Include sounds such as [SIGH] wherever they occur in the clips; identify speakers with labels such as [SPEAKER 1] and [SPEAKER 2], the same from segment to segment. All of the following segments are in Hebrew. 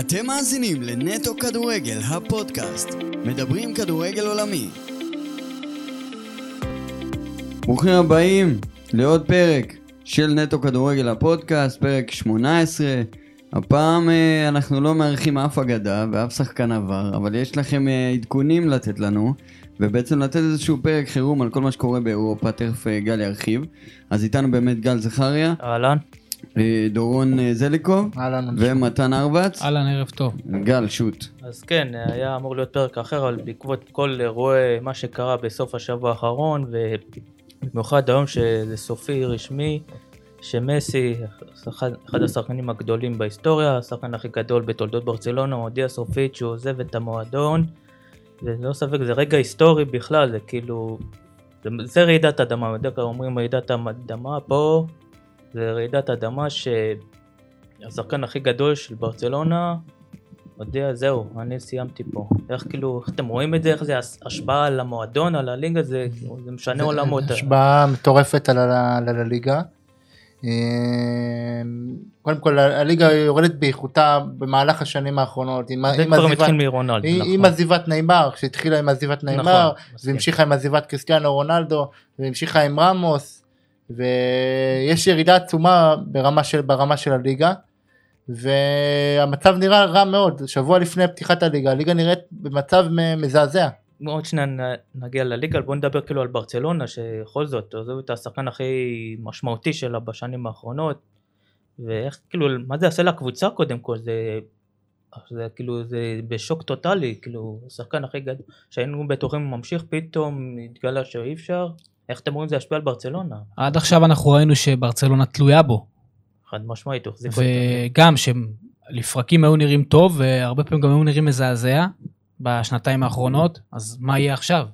[SPEAKER 1] אתם מאזינים לנטו כדורגל, הפודקאסט. מדברים כדורגל עולמי. ברוכים הבאים לעוד פרק של נטו כדורגל, הפודקאסט, פרק 18. הפעם אה, אנחנו לא מארחים אף אגדה ואף שחקן עבר, אבל יש לכם אה, עדכונים לתת לנו, ובעצם לתת איזשהו פרק חירום על כל מה שקורה באירופה, תכף אה, גל ירחיב. אז איתנו באמת גל זכריה,
[SPEAKER 2] אהלן.
[SPEAKER 1] אה, דורון אה, זליקוב
[SPEAKER 3] אהלן.
[SPEAKER 1] ומתן ארבץ.
[SPEAKER 3] אהלן, ערב טוב.
[SPEAKER 1] גל, שוט.
[SPEAKER 2] אז כן, היה אמור להיות פרק אחר, אבל בעקבות כל אירועי מה שקרה בסוף השבוע האחרון, ובמיוחד היום שזה סופי רשמי, שמסי, אחד, אחד השחקנים הגדולים בהיסטוריה, השחקן הכי גדול בתולדות ברצלונה, הודיע סופית שהוא עוזב את המועדון, וללא ספק זה רגע היסטורי בכלל, זה כאילו, זה, זה רעידת אדמה, בדרך כלל אומרים רעידת אדמה, פה זה רעידת אדמה שהשחקן הכי גדול של ברצלונה, הודיע זהו, אני סיימתי פה. איך כאילו, איך אתם רואים את זה, איך זה הס- השפעה על המועדון, על הליגה, זה, כאילו, זה משנה עולמות.
[SPEAKER 3] השפעה מטורפת על ה- על הליגה. אה, קודם כל ה- הליגה יורדת באיכותה במהלך השנים האחרונות. עם ה-
[SPEAKER 2] זה
[SPEAKER 3] עם
[SPEAKER 2] כבר
[SPEAKER 3] עזיבת-
[SPEAKER 2] מתחיל מרונלד,
[SPEAKER 3] עם- עם
[SPEAKER 2] נכון.
[SPEAKER 3] עזיבת נאמר, כשהתחילה עם עזיבת נאמר,
[SPEAKER 2] נכון, מסכים.
[SPEAKER 3] והמשיכה עם עזיבת קריסטיאנו רונלדו, והמשיכה עם רמוס, ויש ירידה עצומה ברמה של, ברמה של הליגה, והמצב נראה רע מאוד, שבוע לפני פתיחת הליגה, הליגה נראית במצב מ- מזעזע.
[SPEAKER 2] עוד שניה נ- נגיע לליגה, בואו נדבר כאילו על ברצלונה, שבכל זאת, עוזב את השחקן הכי משמעותי שלה בשנים האחרונות, ואיך כאילו, מה זה עשה לקבוצה קודם כל, זה, זה כאילו, זה בשוק טוטאלי, כאילו, השחקן הכי גדול, שהיינו בטוחים הוא ממשיך, פתאום התגלה שאי אפשר, איך אתם רואים זה ישפיע על ברצלונה?
[SPEAKER 4] עד עכשיו אנחנו ראינו שברצלונה תלויה בו,
[SPEAKER 2] חד משמעית, הוא החזיק אותו.
[SPEAKER 4] וגם שהם לפרקים היו נראים טוב, והרבה פעמים גם היו נראים מזעזע בשנתיים האחרונות, אז מה יהיה עכשיו?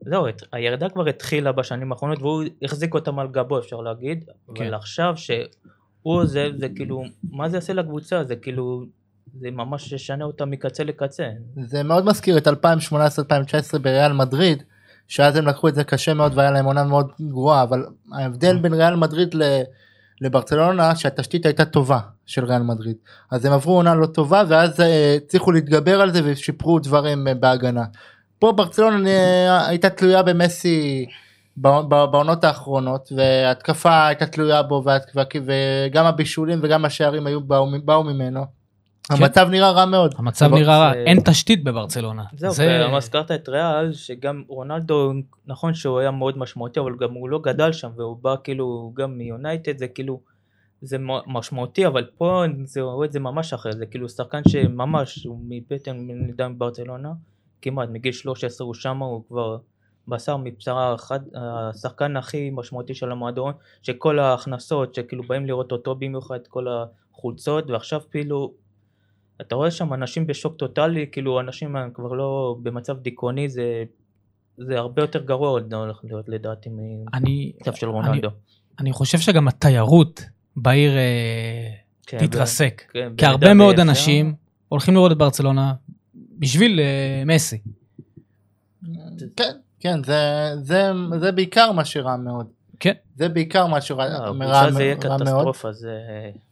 [SPEAKER 2] זהו, הת- הירידה כבר התחילה בשנים האחרונות והוא החזיק אותם על גבו אפשר להגיד,
[SPEAKER 4] כן.
[SPEAKER 2] אבל עכשיו שהוא עוזב זה כאילו, מה זה יעשה לקבוצה? זה כאילו, זה ממש ישנה אותה מקצה לקצה.
[SPEAKER 3] זה מאוד מזכיר את 2018-2019 בריאל מדריד שאז הם לקחו את זה קשה מאוד והיה להם עונה מאוד גרועה אבל ההבדל בין ריאל מדריד ל- לברצלונה שהתשתית הייתה טובה של ריאל מדריד אז הם עברו עונה לא טובה ואז אה, הצליחו להתגבר על זה ושיפרו דברים אה, בהגנה. פה ברצלונה אה, הייתה תלויה במסי בע- בע- בעונות האחרונות וההתקפה הייתה תלויה בו והת- והק- וגם הבישולים וגם השערים היו באו מ- באו ממנו. המצב נראה רע מאוד.
[SPEAKER 4] המצב
[SPEAKER 3] אבל
[SPEAKER 4] נראה רע,
[SPEAKER 2] זה-
[SPEAKER 4] אין תשתית בברצלונה.
[SPEAKER 2] זהו,
[SPEAKER 4] זה-
[SPEAKER 2] זה... הזכרת את ריאל, שגם רונלדו, נכון שהוא היה מאוד משמעותי, אבל גם הוא לא גדל שם, והוא בא כאילו גם מיונייטד, זה כאילו, זה מ- משמעותי, אבל פה זה רואה את זה ממש אחר, זה כאילו שחקן שממש, הוא מבטן מלידה מברצלונה, כמעט, מגיל 13 הוא שמה, הוא כבר בשר מבשרה, אחד- השחקן הכי משמעותי של המועדון, שכל ההכנסות, שכאילו באים לראות אותו במיוחד, כל החולצות, ועכשיו כאילו, אתה רואה שם אנשים בשוק טוטאלי, כאילו אנשים הם כבר לא במצב דיכאוני, זה, זה הרבה יותר גרוע עוד הולך להיות לדעתי ממצב
[SPEAKER 4] אני-
[SPEAKER 2] של רונלדו.
[SPEAKER 4] אני חושב שגם התיירות בעיר אה,
[SPEAKER 2] כן,
[SPEAKER 4] תתרסק,
[SPEAKER 2] ב- כן,
[SPEAKER 4] כי
[SPEAKER 2] במידה
[SPEAKER 4] הרבה מאוד
[SPEAKER 2] ואפשר.
[SPEAKER 4] אנשים הולכים לראות את ברצלונה בשביל אה, מסי.
[SPEAKER 3] כן, כן, זה, זה, זה בעיקר מה שרע מאוד.
[SPEAKER 4] כן.
[SPEAKER 3] זה בעיקר מה שרע
[SPEAKER 2] לא,
[SPEAKER 3] רע-
[SPEAKER 2] הקבוצה זה יהיה
[SPEAKER 3] רע מאוד.
[SPEAKER 2] קטסטרופה, זה...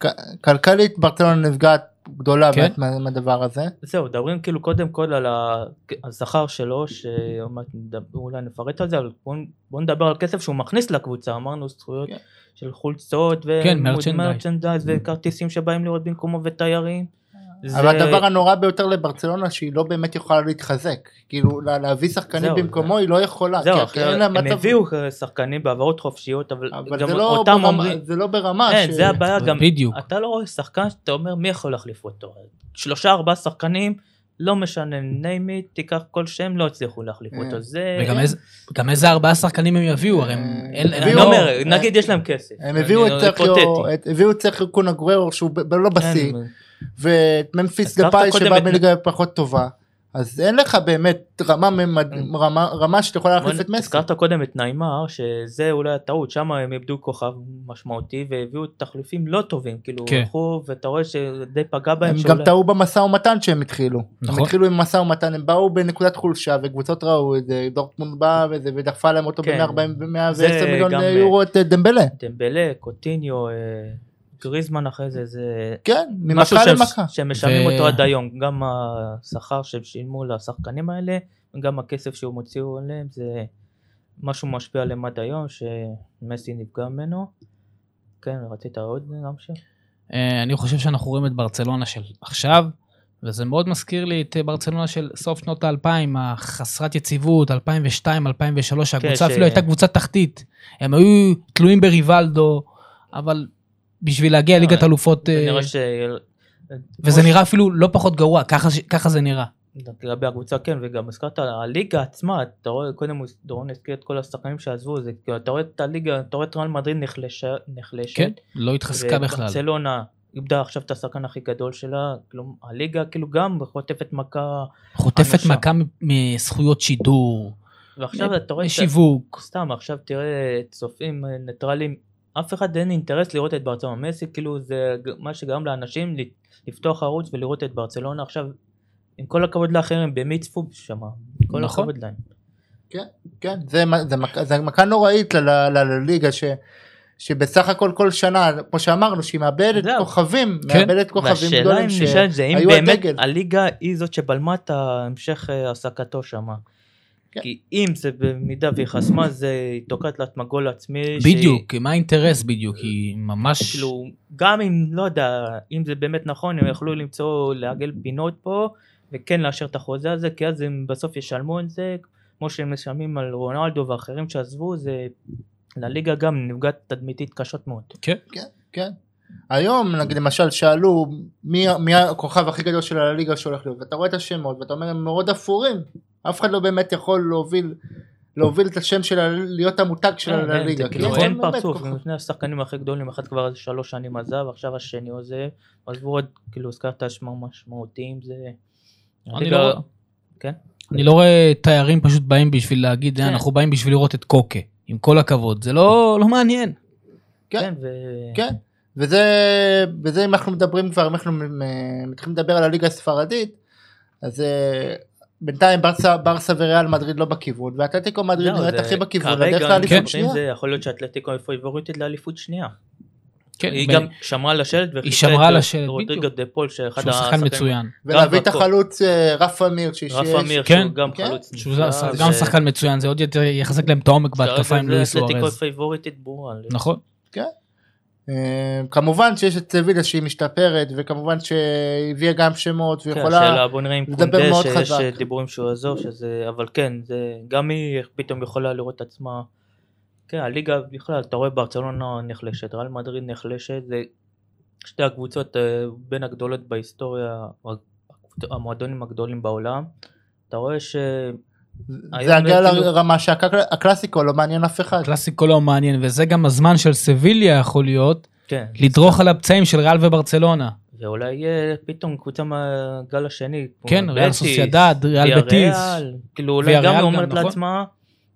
[SPEAKER 3] כ- כלכלית ברצלונה נפגעת גדולה
[SPEAKER 4] כן.
[SPEAKER 3] באמת מה- מהדבר הזה.
[SPEAKER 2] זהו, מדברים כאילו קודם כל על ה- השכר שלו, שעוד מעט נדבר- אולי נפרט על זה, אבל בואו בוא נדבר על כסף שהוא מכניס לקבוצה, אמרנו זכויות
[SPEAKER 3] כן.
[SPEAKER 2] של חולצות, ו-
[SPEAKER 4] כן, Mm-hmm. מרצ'נדייז.
[SPEAKER 2] מרצ'נדייז וכרטיסים שבאים לראות במקומו ותיירים.
[SPEAKER 3] אה. אבל
[SPEAKER 2] זה-
[SPEAKER 3] הדבר הנורא ביותר לברצלונה שהיא לא באמת יכולה להתחזק. כאילו לה- להביא שחקנים
[SPEAKER 2] זהו,
[SPEAKER 3] במקומו היא לא יכולה.
[SPEAKER 2] זהו,
[SPEAKER 3] כי
[SPEAKER 2] אחי,
[SPEAKER 3] אין לה
[SPEAKER 2] הם
[SPEAKER 3] מצב-
[SPEAKER 2] הביאו אה, שחקנים בעברות חופשיות, אבל
[SPEAKER 3] אבל
[SPEAKER 2] גם
[SPEAKER 3] זה לא,
[SPEAKER 2] אותם
[SPEAKER 3] ברמה,
[SPEAKER 2] אומרים...
[SPEAKER 3] זה לא ברמה
[SPEAKER 2] אין, זה הבעיה גם,
[SPEAKER 4] בדיוק.
[SPEAKER 2] אתה לא רואה שחקן שאתה אומר מי יכול להחליף אותו, שלושה ארבעה שחקנים, לא משנה, name it, תיקח כל שם, לא הצליחו להחליף
[SPEAKER 3] אה.
[SPEAKER 2] אותו, זה...
[SPEAKER 4] וגם איזה- גם איזה ארבעה שחקנים הם יביאו, הרי הם... אין-
[SPEAKER 3] אה,
[SPEAKER 4] אני
[SPEAKER 2] אני
[SPEAKER 3] הביאו-
[SPEAKER 4] לא-
[SPEAKER 2] אומר,
[SPEAKER 3] אה,
[SPEAKER 2] נגיד יש להם כסף.
[SPEAKER 3] הם הביאו את
[SPEAKER 2] אני- לא- היפותטי. כן,
[SPEAKER 3] צחיו, את- הביאו את צחיו קונגוורור שהוא ב- ב- לא בשיא.
[SPEAKER 2] אין,
[SPEAKER 3] ואת ממפיס
[SPEAKER 2] הזכרת
[SPEAKER 3] דפאי
[SPEAKER 2] קודם
[SPEAKER 3] שבא
[SPEAKER 2] את-
[SPEAKER 3] בליגה פחות טובה אז אין לך באמת רמה ממד- רמה רמה שאתה יכולה להחליף
[SPEAKER 2] כן.
[SPEAKER 3] את
[SPEAKER 2] בוא נ-
[SPEAKER 3] מסי.
[SPEAKER 2] הזכרת קודם את נעימר, שזה אולי הטעות, שם הם איבדו כוכב משמעותי והביאו תחליפים לא טובים, כאילו
[SPEAKER 4] כן.
[SPEAKER 2] הלכו, ואתה רואה שזה די פגע בהם.
[SPEAKER 3] הם
[SPEAKER 2] שאולי-
[SPEAKER 3] גם טעו במשא ומתן שהם התחילו. הם
[SPEAKER 4] נכון.
[SPEAKER 3] התחילו עם משא ומתן הם באו בנקודת חולשה וקבוצות ראו את זה דורטמונד באה וזה ודחפה להם אותו
[SPEAKER 2] כן.
[SPEAKER 3] בין 40 ו-110
[SPEAKER 2] זה
[SPEAKER 3] מיליון
[SPEAKER 2] גם, אה,
[SPEAKER 3] יורו את דמבלה.
[SPEAKER 2] דמבלה, קוטיניו, אה, גריזמן אחרי זה, זה
[SPEAKER 3] כן,
[SPEAKER 2] משהו
[SPEAKER 3] ממכה
[SPEAKER 2] שהם-
[SPEAKER 3] למכה.
[SPEAKER 2] שמשלמים
[SPEAKER 4] ו-
[SPEAKER 2] אותו עד היום, גם השכר שהם שילמו לשחקנים האלה, גם הכסף שהם הוציאו עליהם, זה משהו משפיע עליהם עד היום, שמסי נפגע ממנו. כן, רצית עוד להמשיך?
[SPEAKER 4] אה, אני חושב שאנחנו רואים את ברצלונה של עכשיו, וזה מאוד מזכיר לי את אה, ברצלונה של סוף שנות האלפיים, החסרת יציבות, 2002, 2003, הקבוצה
[SPEAKER 2] כן, ש-
[SPEAKER 4] אפילו הייתה קבוצה תחתית. הם היו תלויים בריבלדו, אבל בשביל להגיע
[SPEAKER 2] לא,
[SPEAKER 4] ליגת אלופות,
[SPEAKER 2] זה
[SPEAKER 4] אה,
[SPEAKER 2] נראה ש...
[SPEAKER 4] וזה נראה אפילו לא פחות גרוע, ככה ש- ככה זה נראה.
[SPEAKER 2] לגבי הקבוצה כן וגם הזכרת הליגה עצמה אתה רואה קודם הוא- דורון הזכיר את כל השחקנים שעזבו זה כאילו, אתה רואה את הליגה אתה רואה את רעל מדריד נחלשה- נחלשת
[SPEAKER 4] כן, לא התחזקה בכלל.
[SPEAKER 2] וברצלונה איבדה עכשיו את השחקן הכי גדול שלה כלום הליגה כאילו גם חוטפת מכה
[SPEAKER 4] חוטפת
[SPEAKER 2] אנושה.
[SPEAKER 4] מכה מ- מזכויות שידור, אה,
[SPEAKER 2] ועכשיו אתה רואה את ה-
[SPEAKER 4] שיווק.
[SPEAKER 2] סתם עכשיו תראה צופים אה, ניטרלים אף אחד אין אינטרס לראות את ברצלונה מסי כאילו זה ג- מה שגרם לאנשים ל- לפתוח ערוץ ולראות את ברצלונה עכשיו עם כל הכבוד לאחרים במי צפו שם כל
[SPEAKER 4] נכון.
[SPEAKER 2] הכבוד להם
[SPEAKER 3] כן, זה, מ- זה, מכה, זה מכה נוראית ל- ל- ל- לליגה ש, שבסך הכל כל שנה, כמו שאמרנו, שהיא מאבדת
[SPEAKER 2] זהו.
[SPEAKER 3] כוכבים,
[SPEAKER 4] כן.
[SPEAKER 3] מאבדת כוכבים
[SPEAKER 2] והשאלה אם
[SPEAKER 3] גדולים ש...
[SPEAKER 2] נשאלת זה אם
[SPEAKER 3] היו
[SPEAKER 2] באמת
[SPEAKER 3] הדגל.
[SPEAKER 2] הליגה היא זאת שבלמה את המשך אה, העסקתו שם.
[SPEAKER 3] כן.
[SPEAKER 2] כי אם זה במידה והיא חסמה זה היא תוקעת לה את מגול עצמי. שהיא-
[SPEAKER 4] בדיוק, מה האינטרס בדיוק? היא ממש...
[SPEAKER 2] כאילו גם אם לא יודע אם זה באמת נכון הם יכלו למצוא לעגל פינות פה וכן לאשר את החוזה הזה כי אז הם בסוף ישלמו את זה כמו שהם משלמים על רונלדו ואחרים שעזבו זה לליגה גם נפגעת תדמיתית קשות מאוד.
[SPEAKER 3] כן. היום נגיד למשל שאלו מי, מי הכוכב הכי גדול של הליגה שהולך להיות ואתה רואה את השמות ואתה אומר הם מאוד אפורים אף אחד לא באמת יכול להוביל להוביל את השם של ה... להיות המותג של
[SPEAKER 2] כן, כן,
[SPEAKER 3] הליגה.
[SPEAKER 2] זה
[SPEAKER 3] כי
[SPEAKER 2] כאילו
[SPEAKER 3] הכל
[SPEAKER 2] אין
[SPEAKER 3] באמת
[SPEAKER 2] פרצוף,
[SPEAKER 3] כוכב.
[SPEAKER 2] הם שני השחקנים הכי גדולים, אחד כבר איזה שלוש שנים עזב, עכשיו השני עוזב, עזבו עוד, כאילו הזכרת שמות משמעותיים, זה...
[SPEAKER 4] אני
[SPEAKER 2] הליגה-
[SPEAKER 4] לא,
[SPEAKER 2] כן?
[SPEAKER 4] אני לא רואה תיירים פשוט באים בשביל להגיד, "אה,
[SPEAKER 2] כן.
[SPEAKER 4] אנחנו באים בשביל לראות את קוקה, עם כל הכבוד, זה לא לא מעניין.
[SPEAKER 3] כן.
[SPEAKER 2] כן, ו...
[SPEAKER 3] כן, וזה, וזה אם אנחנו מדברים כבר, אם אנחנו מ- מ- מתחילים לדבר על הליגה הספרדית, אז אה, בינתיים ברסה, ברסה וריאל מדריד לא בכיוון, ואתלטיקו מדריד
[SPEAKER 2] זהו,
[SPEAKER 3] נראית
[SPEAKER 2] לא, זה-
[SPEAKER 3] הכי בכיוון,
[SPEAKER 2] כרגע,
[SPEAKER 3] לדרך
[SPEAKER 2] אם
[SPEAKER 3] לאליפות
[SPEAKER 2] מדברים,
[SPEAKER 3] שנייה.
[SPEAKER 2] זה יכול להיות שאתלטיקו היא פייבוריטית לאליפות שנייה.
[SPEAKER 4] כן,
[SPEAKER 2] היא
[SPEAKER 4] ב-
[SPEAKER 2] גם שמרה על השלט, וחיפשה
[SPEAKER 4] שמרה
[SPEAKER 2] את
[SPEAKER 4] על השלט,
[SPEAKER 2] רודריגו
[SPEAKER 4] בדיוק.
[SPEAKER 2] דה פול, שאחד
[SPEAKER 4] שהוא שחקן מצוין.
[SPEAKER 3] ולהביא את
[SPEAKER 2] והכל.
[SPEAKER 3] החלוץ אה, רפה מיר, שיש-
[SPEAKER 2] רפה מיר,
[SPEAKER 4] כן.
[SPEAKER 2] שהוא גם
[SPEAKER 3] כן.
[SPEAKER 2] חלוץ.
[SPEAKER 4] שהוא
[SPEAKER 2] נפלא,
[SPEAKER 4] ש- גם
[SPEAKER 2] ו-
[SPEAKER 4] שחקן מצוין, זה עוד יותר יחזק להם את העומק בהתקפה עם
[SPEAKER 2] כרגע
[SPEAKER 4] לואיס
[SPEAKER 2] זה אתלטיקו
[SPEAKER 4] סוארז.
[SPEAKER 2] פייבוריטית ברורה.
[SPEAKER 4] נכון?
[SPEAKER 3] אה, כמובן שיש את סבילה שהיא משתפרת, וכמובן שהביאה גם שמות,
[SPEAKER 2] כן,
[SPEAKER 3] ויכולה...
[SPEAKER 2] השאלה בוא נראה עם
[SPEAKER 3] לדבר
[SPEAKER 2] קונדה
[SPEAKER 3] מאוד
[SPEAKER 2] שיש
[SPEAKER 3] חזק.
[SPEAKER 2] דיבורים שהוא יעזוב שזה אבל כן זה גם היא פתאום יכולה לראות את עצמה. כן הליגה בכלל אתה רואה ברצלונה נחלשת ריאל מדריד נחלשת זה שתי הקבוצות אה, בין הגדולות בהיסטוריה הקבוצ- המועדונים הגדולים בעולם. אתה רואה ש... היום
[SPEAKER 3] זה הגעה
[SPEAKER 2] כאילו-
[SPEAKER 3] לרמה שהקלאסיקו לא מעניין אף אחד.
[SPEAKER 4] קלאסיקו לא מעניין, וזה גם הזמן של סביליה יכול להיות,
[SPEAKER 2] כן,
[SPEAKER 4] לדרוך על הפצעים של ריאל וברצלונה.
[SPEAKER 2] ואולי יהיה פתאום קבוצה מהגל השני. כמו
[SPEAKER 4] כן, ריאל
[SPEAKER 2] בטיס,
[SPEAKER 4] סוסיידד, ריאל בטיס.
[SPEAKER 2] ויאריאל, כאילו אולי
[SPEAKER 4] ויאריאל
[SPEAKER 2] גם
[SPEAKER 4] גם,
[SPEAKER 2] אומרת
[SPEAKER 4] נכון?
[SPEAKER 2] לעצמה,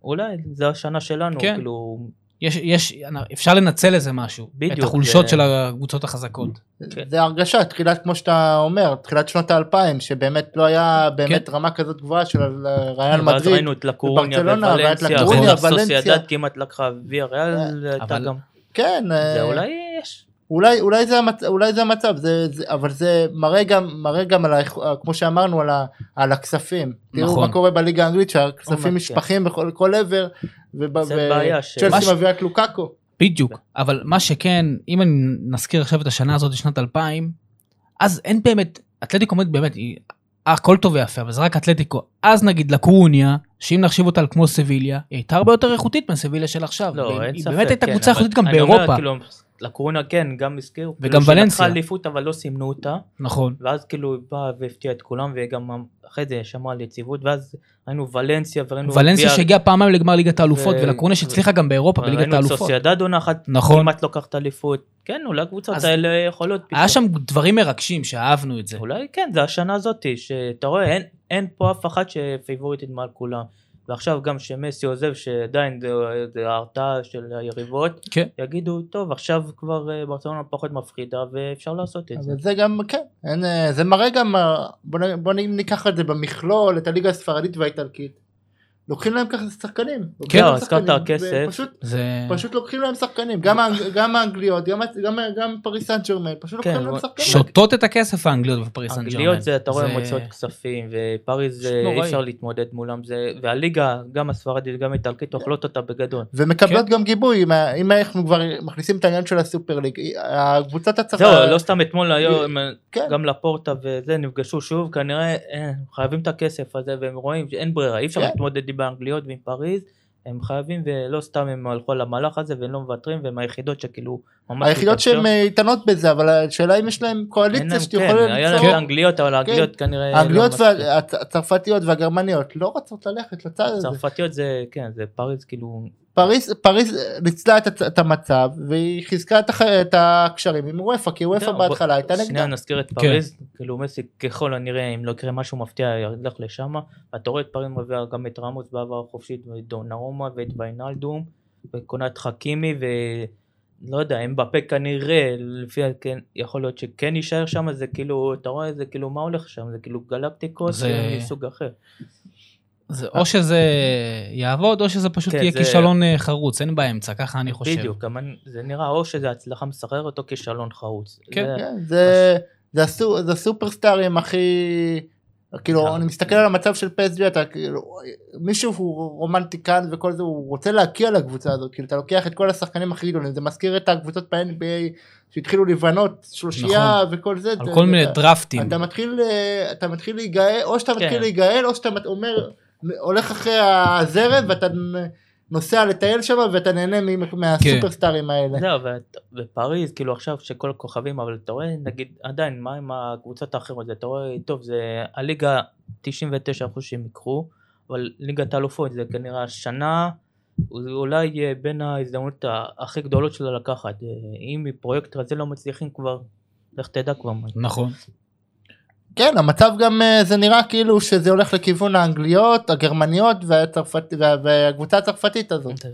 [SPEAKER 2] אולי זה השנה שלנו,
[SPEAKER 4] כן.
[SPEAKER 2] כאילו
[SPEAKER 4] יש, יש, אפשר לנצל איזה משהו, את
[SPEAKER 2] בדיוק,
[SPEAKER 4] החולשות
[SPEAKER 2] זה-
[SPEAKER 4] של הקבוצות החזקות.
[SPEAKER 2] כן.
[SPEAKER 3] זה הרגשה תחילת כמו שאתה אומר תחילת שנות האלפיים שבאמת לא היה באמת
[SPEAKER 4] כן.
[SPEAKER 3] רמה כזאת גבוהה של ריאל
[SPEAKER 2] כן, ואז
[SPEAKER 3] מדריד.
[SPEAKER 2] ראינו את לקורוניה
[SPEAKER 3] וברצלונה, ואת
[SPEAKER 2] ווולנסיה,
[SPEAKER 4] לקורוניה,
[SPEAKER 3] ולנסיה.
[SPEAKER 2] סוסיידד כמעט לקחה ויה ריאל, הייתה
[SPEAKER 4] אבל-
[SPEAKER 2] גם,
[SPEAKER 3] כן אה,
[SPEAKER 2] זה אולי יש,
[SPEAKER 3] אולי אולי זה המצב אולי זה המצב זה, זה אבל זה מראה גם מראה גם על האיכ- אה, כמו שאמרנו על, ה, על הכספים תראו
[SPEAKER 4] נכון.
[SPEAKER 3] מה קורה בליגה האנגלית
[SPEAKER 2] עומק, כן.
[SPEAKER 3] שהכספים נשפכים בכל כל עבר. וב-
[SPEAKER 2] זה
[SPEAKER 3] ו-
[SPEAKER 2] בעיה ש-
[SPEAKER 3] צ'לסי
[SPEAKER 4] מה ש-
[SPEAKER 3] מביאה את לוקאקו.
[SPEAKER 4] בדיוק,
[SPEAKER 2] כן.
[SPEAKER 4] אבל מה שכן, אם אני נזכיר עכשיו את השנה הזאת, שנת 2000, אז אין באמת, אתלטיקו עומד באמת, היא- הכל טוב ויפה, אבל זה רק אתלטיקו. אז נגיד לקורוניה, שאם נחשיב אותה על כמו סביליה, היא הייתה הרבה יותר איכותית מסביליה של עכשיו.
[SPEAKER 2] לא
[SPEAKER 4] והיא-
[SPEAKER 2] אין ספק,
[SPEAKER 4] היא באמת הייתה
[SPEAKER 2] כן,
[SPEAKER 4] קבוצה
[SPEAKER 2] אבל
[SPEAKER 4] איכותית גם
[SPEAKER 2] אני אומר,
[SPEAKER 4] באירופה,
[SPEAKER 2] כאילו, לקורונה כן, גם הזכירו, כאילו,
[SPEAKER 4] וגם ולנסיה.
[SPEAKER 2] שלקחה אליפות אבל לא סימנו אותה,
[SPEAKER 4] נכון.
[SPEAKER 2] ואז כאילו היא באה והפתיעה את כולם, וגם אחרי זה שמרה על יציבות, ואז ראינו ולנסיה וראינו
[SPEAKER 4] ולנסיה
[SPEAKER 2] ויה-
[SPEAKER 4] שהגיעה פעמיים לגמר ליגת האלופות,
[SPEAKER 2] ו-
[SPEAKER 4] ולקורוניה שהצליחה גם באירופה בליגת
[SPEAKER 2] ראינו את
[SPEAKER 4] האלופות.
[SPEAKER 2] סוסיידד עונה אחת,
[SPEAKER 4] נכון.
[SPEAKER 2] כמעט לוקחת אליפות, כן אולי הקבוצות
[SPEAKER 4] אז-
[SPEAKER 2] האלה יכולות,
[SPEAKER 4] היה
[SPEAKER 2] פתאום.
[SPEAKER 4] שם דברים מרגשים שאהבנו את זה.
[SPEAKER 2] אולי כן, זה השנה הזאתי, שאתה רואה, אין, אין פה אף אחת שפייבוריטית מעל כולם. ועכשיו גם שמסי עוזב, שעדיין זה, זה ההרתעה של היריבות,
[SPEAKER 4] כן.
[SPEAKER 2] יגידו, טוב, עכשיו כבר אה, ברצלונה פחות מפחידה ואפשר לעשות את זה.
[SPEAKER 3] אבל זה גם כן אין, אה, זה מראה גם אה, בוא, נ- בוא נ- ניקח את זה במכלול את הליגה הספרדית והאיטלקית. לוקחים להם ככה
[SPEAKER 2] כן,
[SPEAKER 3] שחקנים. לוקחים להם
[SPEAKER 2] הזכרת כן.
[SPEAKER 3] שחקנים,
[SPEAKER 2] הכסף.
[SPEAKER 3] ופשוט-
[SPEAKER 4] זה...
[SPEAKER 3] פשוט לוקחים להם שחקנים, גם האנג- גם האנגליות, גם- גם- גם פריס סן ג'רמן, פשוט
[SPEAKER 2] כן,
[SPEAKER 3] לוקחים להם
[SPEAKER 2] אבל-
[SPEAKER 3] שחקנים.
[SPEAKER 4] שותות את הכסף האנגליות בפריס סן ג'רמן.
[SPEAKER 2] אנגליות זה אתה רואה
[SPEAKER 4] זה-
[SPEAKER 2] הם הוצאות כספים ופריז זה
[SPEAKER 4] פשוט נוראי.
[SPEAKER 2] אי אפשר להתמודד מולם זה והליגה גם הספרדית גם האיטלקית אוכלות אותה בגדול.
[SPEAKER 3] ומקבלות
[SPEAKER 2] כן.
[SPEAKER 3] גם גיבוי, אם ה- אם אנחנו כבר מכניסים את העניין של הסופר ליג, הקבוצת הצבא,
[SPEAKER 2] זהו לא סתם אתמול היום
[SPEAKER 3] כן,
[SPEAKER 2] גם לפורטה וזה נפגשו שוב כנראה אה, חייבים את הכסף הזה והם רואים שאין ברירה אי אפשר
[SPEAKER 3] כן.
[SPEAKER 2] להתמודד עם האנגליות ועם פריז הם חייבים ולא סתם הם הלכו על המהלך הזה והם לא מוותרים והם היחידות שכאילו ממש
[SPEAKER 3] היחידות שהן אה, איתנות בזה, אבל השאלה אם יש להן
[SPEAKER 2] לא- אין
[SPEAKER 3] קואליציה
[SPEAKER 2] להם, כן,
[SPEAKER 3] שתוכל
[SPEAKER 2] היה להם את
[SPEAKER 3] למצוא, כן.
[SPEAKER 2] האנגליות אבל האנגליות כנראה לא
[SPEAKER 3] האנגליות
[SPEAKER 2] מספיק.
[SPEAKER 3] והצרפתיות והגרמניות לא רוצות ללכת לצד הזה,
[SPEAKER 2] הצרפתיות זה כן זה פריז כאילו
[SPEAKER 3] פריס פריס אה, ניצלה את הצ- את המצב והיא חיזקה את הח- את הקשרים עם וופא, כי וופא
[SPEAKER 4] לא,
[SPEAKER 2] זהו,
[SPEAKER 3] בהתחלה
[SPEAKER 2] בוא-
[SPEAKER 3] הייתה
[SPEAKER 2] שנייה
[SPEAKER 3] נגדה,
[SPEAKER 2] נזכיר
[SPEAKER 4] כן.
[SPEAKER 2] את פריז, כאילו מסי ככל הנראה אם לא יקרה משהו מפתיע ילך לשם, אתה רואה את פריז מביאה גם את רמוס בעבר החופשית ואת דונרומה ואת ויינלדום וקונה את חכימי ולא יודע הם בפה כנראה לפי ה- כן, יכול להיות שכן יישאר שם זה כאילו אתה רואה זה כאילו מה הולך שם זה כאילו גלקטיקות
[SPEAKER 4] זה-
[SPEAKER 2] זה... מסוג אחר.
[SPEAKER 4] זה או שזה יעבוד או שזה פשוט
[SPEAKER 2] אה. כן,
[SPEAKER 4] יהיה
[SPEAKER 2] זה-
[SPEAKER 4] כישלון אה, חרוץ, אין באמצע, ככה אני חושב.
[SPEAKER 2] בדיוק גם אני- זה נראה או שזה הצלחה מסחררת או כישלון חרוץ.
[SPEAKER 4] כן,
[SPEAKER 2] זה-
[SPEAKER 3] כן, זה- זה הסו- זה הסופרסטארים הכי... כאילו
[SPEAKER 4] כן.
[SPEAKER 2] אה.
[SPEAKER 3] אני מסתכל על המצב של פסג'י אתה כאילו מישהו הוא רומנטיקן וכל זה הוא רוצה להקיא על הקבוצה הזאת כאילו אתה לוקח את כל השחקנים הכי גדולים זה מזכיר את הקבוצות ב-NBA שהתחילו לבנות שלושייה וכל זה.
[SPEAKER 4] נכון. על
[SPEAKER 3] זה-
[SPEAKER 4] כל מיני
[SPEAKER 3] אתה-
[SPEAKER 4] דרפטים.
[SPEAKER 3] אתה מתחיל אה, אתה מתחיל להיגאל או שאתה מתחיל
[SPEAKER 2] כן.
[SPEAKER 3] להיגאל או שאתה מת- אומר הולך אחרי הזרם ואתה נוסע לטייל שם ואתה נהנה מ-
[SPEAKER 2] כן.
[SPEAKER 3] מהסופרסטארים האלה.
[SPEAKER 2] זהו, ו- ופריז, לא, כאילו עכשיו שכל הכוכבים, אבל אתה רואה, נגיד, עדיין, מה עם הקבוצות האחרות? זה, אתה רואה, טוב, זה הליגה 99 אחוז שהם ייקחו, אבל ליגת האלופות זה כנראה השנה, זה אולי אה, בין ההזדמנות ה- הכי גדולות שלה לקחת. אה, אם מפרויקט הזה לא מצליחים כבר, לך תדע כבר מה.
[SPEAKER 4] נכון.
[SPEAKER 3] אה, כן המצב גם אה, זה נראה כאילו שזה הולך לכיוון האנגליות הגרמניות והצרפת, וה, והקבוצה הצרפתית הזאת. אה.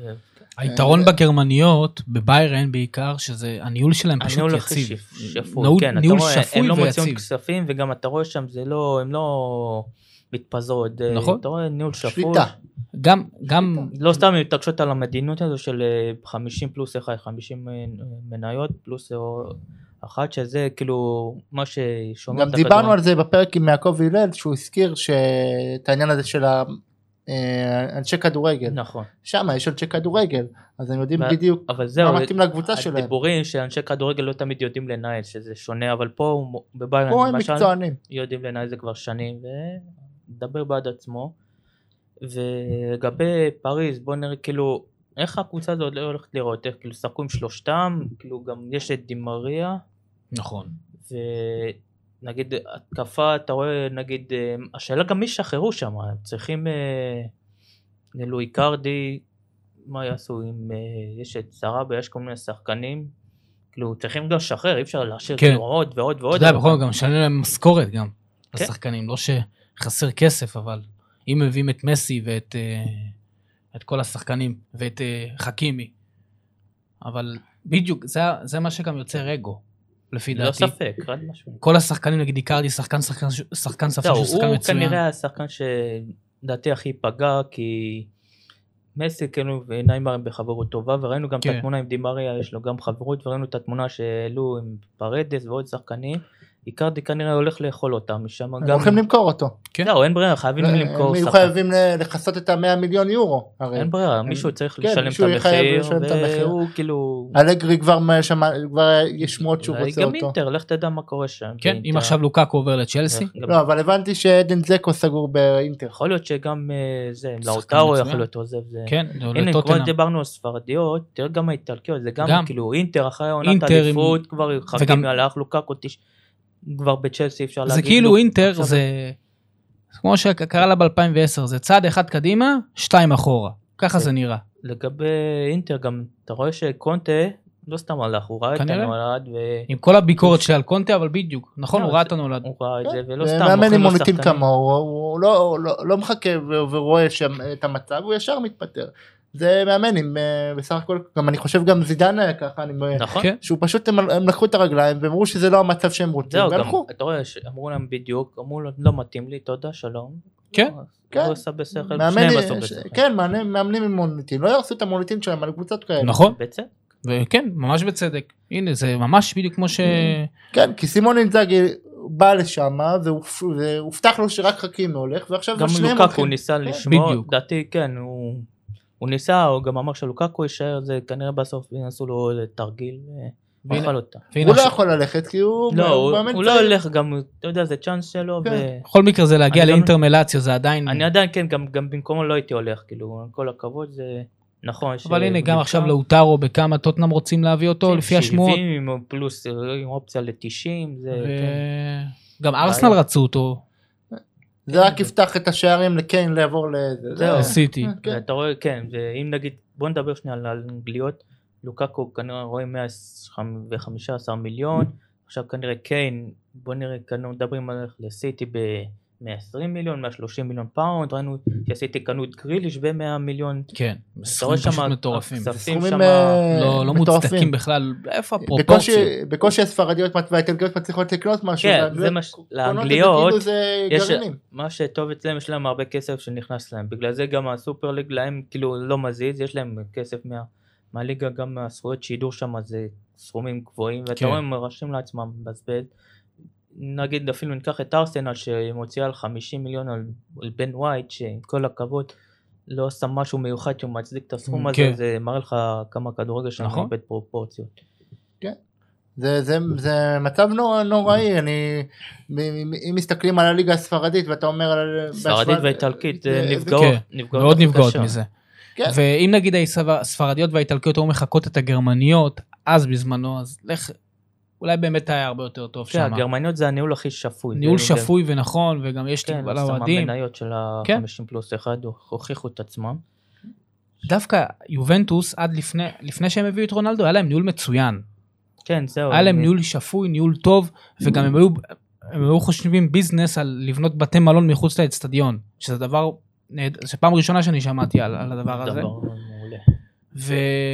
[SPEAKER 4] היתרון בגרמניות, בביירן בעיקר, שזה הניהול שלהם פשוט
[SPEAKER 2] הניהול הכי
[SPEAKER 4] יציב.
[SPEAKER 2] שפ- שפוי,
[SPEAKER 4] ניהול-
[SPEAKER 2] כן, אתה
[SPEAKER 4] ניהול
[SPEAKER 2] רואה, הם
[SPEAKER 4] שפוי
[SPEAKER 2] לא מוציאים
[SPEAKER 4] ויציב.
[SPEAKER 2] כספים, וגם אתה רואה שם, זה לא, הם לא מתפזרות. אה,
[SPEAKER 4] נכון.
[SPEAKER 2] אתה רואה ניהול שפוי.
[SPEAKER 3] שליטה.
[SPEAKER 4] גם, גם,
[SPEAKER 2] לא סתם הן מתעקשות על המדיניות הזו של אה, 50 פלוס 1, 50 מניות פלוס אה, אחת, שזה כאילו מה ששומר
[SPEAKER 3] גם דיברנו על זה בפרק עם יעקב הלל שהוא הזכיר שאת העניין הזה של ה- אה, אנשי כדורגל
[SPEAKER 2] נכון,
[SPEAKER 3] שם יש אנשי כדורגל אז הם יודעים
[SPEAKER 2] ו-
[SPEAKER 3] בדיוק
[SPEAKER 2] אבל זהו, אה,
[SPEAKER 3] מה מתאים לקבוצה שלהם.
[SPEAKER 2] הדיבורים שאנשי כדורגל לא תמיד יודעים לנהל, שזה שונה, אבל פה מ-
[SPEAKER 3] פה
[SPEAKER 2] בביירן
[SPEAKER 3] הם
[SPEAKER 2] למשל,
[SPEAKER 3] מקצוענים.
[SPEAKER 2] יודעים לנהל זה כבר שנים, ומדבר בעד עצמו. ולגבי פריז, בוא נראה כאילו, איך הקבוצה הזאת לא הולכת לראות, איך כאילו שחקו עם שלושתם, כאילו גם יש את דימריה.
[SPEAKER 4] נכון.
[SPEAKER 2] ונגיד התקפה אתה רואה נגיד אה, השאלה גם מי שחררו שם הם צריכים אה, לואי קרדי מה יעשו אם אה, יש את סרבה יש כל מיני שחקנים כאילו צריכים גם לשחרר אי אפשר להשאיר
[SPEAKER 4] כן.
[SPEAKER 2] כאילו עוד ועוד ועוד.
[SPEAKER 4] אתה יודע,
[SPEAKER 2] אבל
[SPEAKER 4] בכל
[SPEAKER 2] גם-
[SPEAKER 4] זאת גם משלמים להם משכורת גם,
[SPEAKER 2] כן.
[SPEAKER 4] לשחקנים, לא שחסר כסף, אבל אם מביאים את מסי ואת אה, את כל השחקנים ואת אה, חכימי, אבל בדיוק, זה- זה מה שגם יוצר אגו, לפי
[SPEAKER 2] ללא
[SPEAKER 4] דעתי.
[SPEAKER 2] לא ספק חד משמעית.
[SPEAKER 4] כל השחקנים, נגיד איקרדי, שחקן שחקן שחקן ספק
[SPEAKER 2] זהו,
[SPEAKER 4] שהוא שחקן
[SPEAKER 2] לא, הוא
[SPEAKER 4] מצוין.
[SPEAKER 2] כנראה השחקן שלדעתי הכי פגע כי מסי כאילו ונאמר הם בחברות טובה וראינו גם את
[SPEAKER 4] כן.
[SPEAKER 2] התמונה עם דימריה יש לו גם חברות וראינו את התמונה שהעלו עם פרדס ועוד שחקנים. איקרדי כנראה הולך לאכול אותה משם
[SPEAKER 3] הם
[SPEAKER 2] גם.
[SPEAKER 3] הולכים למכור אותו.
[SPEAKER 4] כן.
[SPEAKER 2] זהו אין ברירה חייבים
[SPEAKER 3] אה, הם
[SPEAKER 2] למכור
[SPEAKER 3] יהיו
[SPEAKER 2] שחקן.
[SPEAKER 3] חייבים ל- לכסות את המאה מיליון יורו. הרי.
[SPEAKER 2] אין ברירה מישהו צריך לשלם את
[SPEAKER 3] כן, מישהו יהיה חייב
[SPEAKER 2] המחיר
[SPEAKER 3] לשלם את המחיר.
[SPEAKER 2] והוא כאילו.
[SPEAKER 3] אלגרי כבר שמע כבר יש שמועות שהוא
[SPEAKER 2] אולי
[SPEAKER 3] רוצה
[SPEAKER 2] גם
[SPEAKER 3] אותו.
[SPEAKER 2] אינטר לך תדע מה קורה שם.
[SPEAKER 4] כן, אם
[SPEAKER 2] באינטר.
[SPEAKER 4] עכשיו לוקקו עובר לצ'לסי,
[SPEAKER 2] גם-
[SPEAKER 3] לא אבל הבנתי שעדן זקו סגור באינטר.
[SPEAKER 2] יכול להיות שגם אה, זה
[SPEAKER 4] שחקן
[SPEAKER 2] לאוטרו
[SPEAKER 4] מצוין.
[SPEAKER 2] יכול להיות עוזב. זה-
[SPEAKER 4] כן, זה
[SPEAKER 2] אה. הנה, כמו
[SPEAKER 4] לטוטנאם.
[SPEAKER 2] שדיברנו על ספרדיות, תראה גם האיטלקיות, זה גם,
[SPEAKER 4] גם.
[SPEAKER 2] כאילו אינטר אחרי עונת
[SPEAKER 4] אינטר עם-
[SPEAKER 2] אליפות, כבר חכים
[SPEAKER 4] וגם-
[SPEAKER 2] הלך לוקקו, תש- כבר בצ'לסי אפשר להגיד.
[SPEAKER 4] זה כאילו
[SPEAKER 2] לו-
[SPEAKER 4] אינטר,
[SPEAKER 2] עכשיו-
[SPEAKER 4] זה כמו שקרה לה ב-2010, זה צעד אחד קדימה, שתיים אחורה. ככה
[SPEAKER 2] כן.
[SPEAKER 4] זה נראה.
[SPEAKER 2] לגבי אינטר גם, אתה רואה שקונטה לא סתם הלך, הוא ראה את
[SPEAKER 4] כנראה.
[SPEAKER 2] הנולד,
[SPEAKER 4] עם כל הביקורת שלי על קונטה, אבל בדיוק. נכון,
[SPEAKER 2] לא,
[SPEAKER 4] הוא ראה
[SPEAKER 2] זה-
[SPEAKER 4] את הנולד.
[SPEAKER 2] והוא ראה את
[SPEAKER 3] כן,
[SPEAKER 2] זה, ולא
[SPEAKER 3] זה
[SPEAKER 2] לא סתם,
[SPEAKER 3] מאמן
[SPEAKER 2] מוכרים
[SPEAKER 3] עם
[SPEAKER 2] לו
[SPEAKER 3] מוניטין
[SPEAKER 2] שחקנים.
[SPEAKER 3] כמוהו, הוא לא- לא- לא מחכה ו- ורואה שם את המצב, הוא ישר מתפטר. זה מאמן עם אה, בסך הכל, גם אני חושב גם זידן היה ככה, אני,
[SPEAKER 2] נכון.
[SPEAKER 4] כן.
[SPEAKER 3] שהוא פשוט הם, הם לקחו את הרגליים והם אמרו שזה לא המצב שהם רוצים,
[SPEAKER 2] זהו, גם,
[SPEAKER 3] והלכו.
[SPEAKER 2] אתה רואה, אמרו להם בדיוק, אמרו לו, לא מתאים לי, תודה, שלום.
[SPEAKER 4] כן,
[SPEAKER 3] כן.
[SPEAKER 2] הוא עשה בשכל,
[SPEAKER 3] מאמן,
[SPEAKER 2] שניהם עשו בשכל.
[SPEAKER 3] כן, מאמנים- מאמנים עם מוניטין, לא יהרסו את המוניטין שלהם על קבוצות כאלה.
[SPEAKER 4] נכון,
[SPEAKER 2] בצדק.
[SPEAKER 4] וכן, ממש בצדק. הנה, זה ממש בדיוק כמו ש...
[SPEAKER 3] כן, כי סימון אינזאגי בא לשם, והופ- והובטח לו שרק חכימי הולך, ועכשיו
[SPEAKER 2] גם
[SPEAKER 3] שניהם
[SPEAKER 2] לוקקו
[SPEAKER 3] הולכים.
[SPEAKER 2] ניסה
[SPEAKER 3] כן,
[SPEAKER 2] לשמור,
[SPEAKER 4] בדיוק.
[SPEAKER 2] דעתי כן, הוא... הוא ניסה, הוא גם אמר שלוקקו יישאר, זה כנראה בסוף ינסו לו איזה תרגיל, אה, הוא
[SPEAKER 4] והנה-
[SPEAKER 2] אכל אותה.
[SPEAKER 4] והנה,
[SPEAKER 3] הוא לא
[SPEAKER 4] עכשיו-
[SPEAKER 3] יכול ללכת כי הוא
[SPEAKER 2] לא, הוא-
[SPEAKER 3] מאמן
[SPEAKER 2] הוא לא
[SPEAKER 3] צעיר.
[SPEAKER 2] הולך גם, אתה יודע, זה צ'אנס שלו,
[SPEAKER 3] כן.
[SPEAKER 2] ו-
[SPEAKER 4] בכל מקרה זה להגיע
[SPEAKER 2] אני גם-
[SPEAKER 4] לאינטרמלציו, זה עדיין...
[SPEAKER 2] אני עדיין כן, גם גם במקומו לא הייתי הולך, כאילו, עם כל הכבוד, זה נכון.
[SPEAKER 4] אבל
[SPEAKER 2] ש-
[SPEAKER 4] הנה, גם עכשיו
[SPEAKER 2] נבחר.
[SPEAKER 4] לאוטרו, בכמה טוטנאם רוצים להביא
[SPEAKER 2] כן,
[SPEAKER 4] אותו, לפי השמועות.
[SPEAKER 2] 70 עם פלוס, אה, עם אופציה ל-90, זה... כן.
[SPEAKER 4] גם ארסנל רצו אותו,
[SPEAKER 3] זה רק יפתח את השערים לקיין לעבור לזה.
[SPEAKER 2] זהו.
[SPEAKER 3] זה-
[SPEAKER 4] אה, סיטי.
[SPEAKER 3] כן.
[SPEAKER 2] ואתה רואה, כן, ואם נגיד, בוא נדבר שנייה על האנגליות, לוקקו כנראה רואה 115 מיליון, עכשיו כנראה קיין, בוא נראה, כנראה מדברים על איך לסיטי ב... 120 מיליון, 130 מיליון פאונד, ראינו שסיטי קנו את גריליש ב-100 מיליון.
[SPEAKER 4] כן,
[SPEAKER 2] רואה
[SPEAKER 4] סכומים
[SPEAKER 2] שם
[SPEAKER 4] פשוט מטורפים.
[SPEAKER 2] הכספים
[SPEAKER 3] סכומים
[SPEAKER 2] שם,
[SPEAKER 3] אה,
[SPEAKER 4] לא, לא
[SPEAKER 3] מטורפים.
[SPEAKER 4] מוצדקים בכלל, איפה
[SPEAKER 3] בקושי-
[SPEAKER 4] הפרופורציות?
[SPEAKER 3] בקושי הספרדיות מת- והאיטלקיות מצליחות לקנות משהו.
[SPEAKER 2] כן,
[SPEAKER 3] והאנגליות
[SPEAKER 2] זה מה ש-
[SPEAKER 3] קונות את זה
[SPEAKER 2] לאנגליות
[SPEAKER 3] כאילו זה
[SPEAKER 2] יש-
[SPEAKER 3] גרעינים.
[SPEAKER 2] מה שטוב אצלם יש להם הרבה כסף שנכנס להם בגלל זה גם הסופר ליג להם כאילו לא מזיז יש להם כסף מה, מהליגה גם הזכויות שידור שם זה סכומים גבוהים ואתה
[SPEAKER 4] כן.
[SPEAKER 2] רואה הם מרשים לעצמם מבזבז נגיד אפילו ניקח את ארסנל שמוציאה על 50 מיליון על, על בן ווייט שעם כל הכבוד לא עשה משהו מיוחד שהוא מצדיק את הסכום הזה
[SPEAKER 4] כן.
[SPEAKER 2] זה מראה לך כמה כדורגל שם
[SPEAKER 4] נכון.
[SPEAKER 2] איבד פרופורציות.
[SPEAKER 3] זה, זה, זה מצב נורא, נוראי, אני, אם אם מסתכלים על הליגה הספרדית ואתה אומר על...
[SPEAKER 2] ספרדית
[SPEAKER 3] בהשוואה-
[SPEAKER 2] ואיטלקית
[SPEAKER 3] זה-
[SPEAKER 2] אה,
[SPEAKER 3] זה-
[SPEAKER 2] נפגעות,
[SPEAKER 4] כן,
[SPEAKER 2] נפגעות
[SPEAKER 4] מאוד
[SPEAKER 2] הכי
[SPEAKER 4] נפגעות
[SPEAKER 2] קשה.
[SPEAKER 4] מזה.
[SPEAKER 3] כן.
[SPEAKER 4] ואם נגיד הספר- הספרדיות והאיטלקיות היו מחקות את הגרמניות, אז בזמנו, אז לך, אולי באמת היה הרבה יותר טוב
[SPEAKER 2] כן,
[SPEAKER 4] שם.
[SPEAKER 2] הגרמניות זה הניהול הכי שפוי.
[SPEAKER 4] ניהול
[SPEAKER 2] זה- זה-
[SPEAKER 4] שפוי ונכון, וגם יש
[SPEAKER 2] כן,
[SPEAKER 4] תקווה
[SPEAKER 2] סתם
[SPEAKER 4] לאוהדים.
[SPEAKER 2] המניות של
[SPEAKER 4] כאילו, כן.
[SPEAKER 2] ה-50 פלוס 1 הוכיחו את עצמם.
[SPEAKER 4] דווקא יובנטוס, עד לפני לפני שהם הביאו את רונלדו, היה להם ניהול מצוין.
[SPEAKER 2] כן, זהו.
[SPEAKER 4] היה להם
[SPEAKER 2] אני-
[SPEAKER 4] ניהול שפוי, ניהול טוב, וגם הם היו, הם היו חושבים ביזנס על לבנות בתי מלון מחוץ לאצטדיון, שזה דבר, נהד- זה פעם ראשונה שאני שמעתי על, על הדבר הזה,
[SPEAKER 2] דבר מעולה.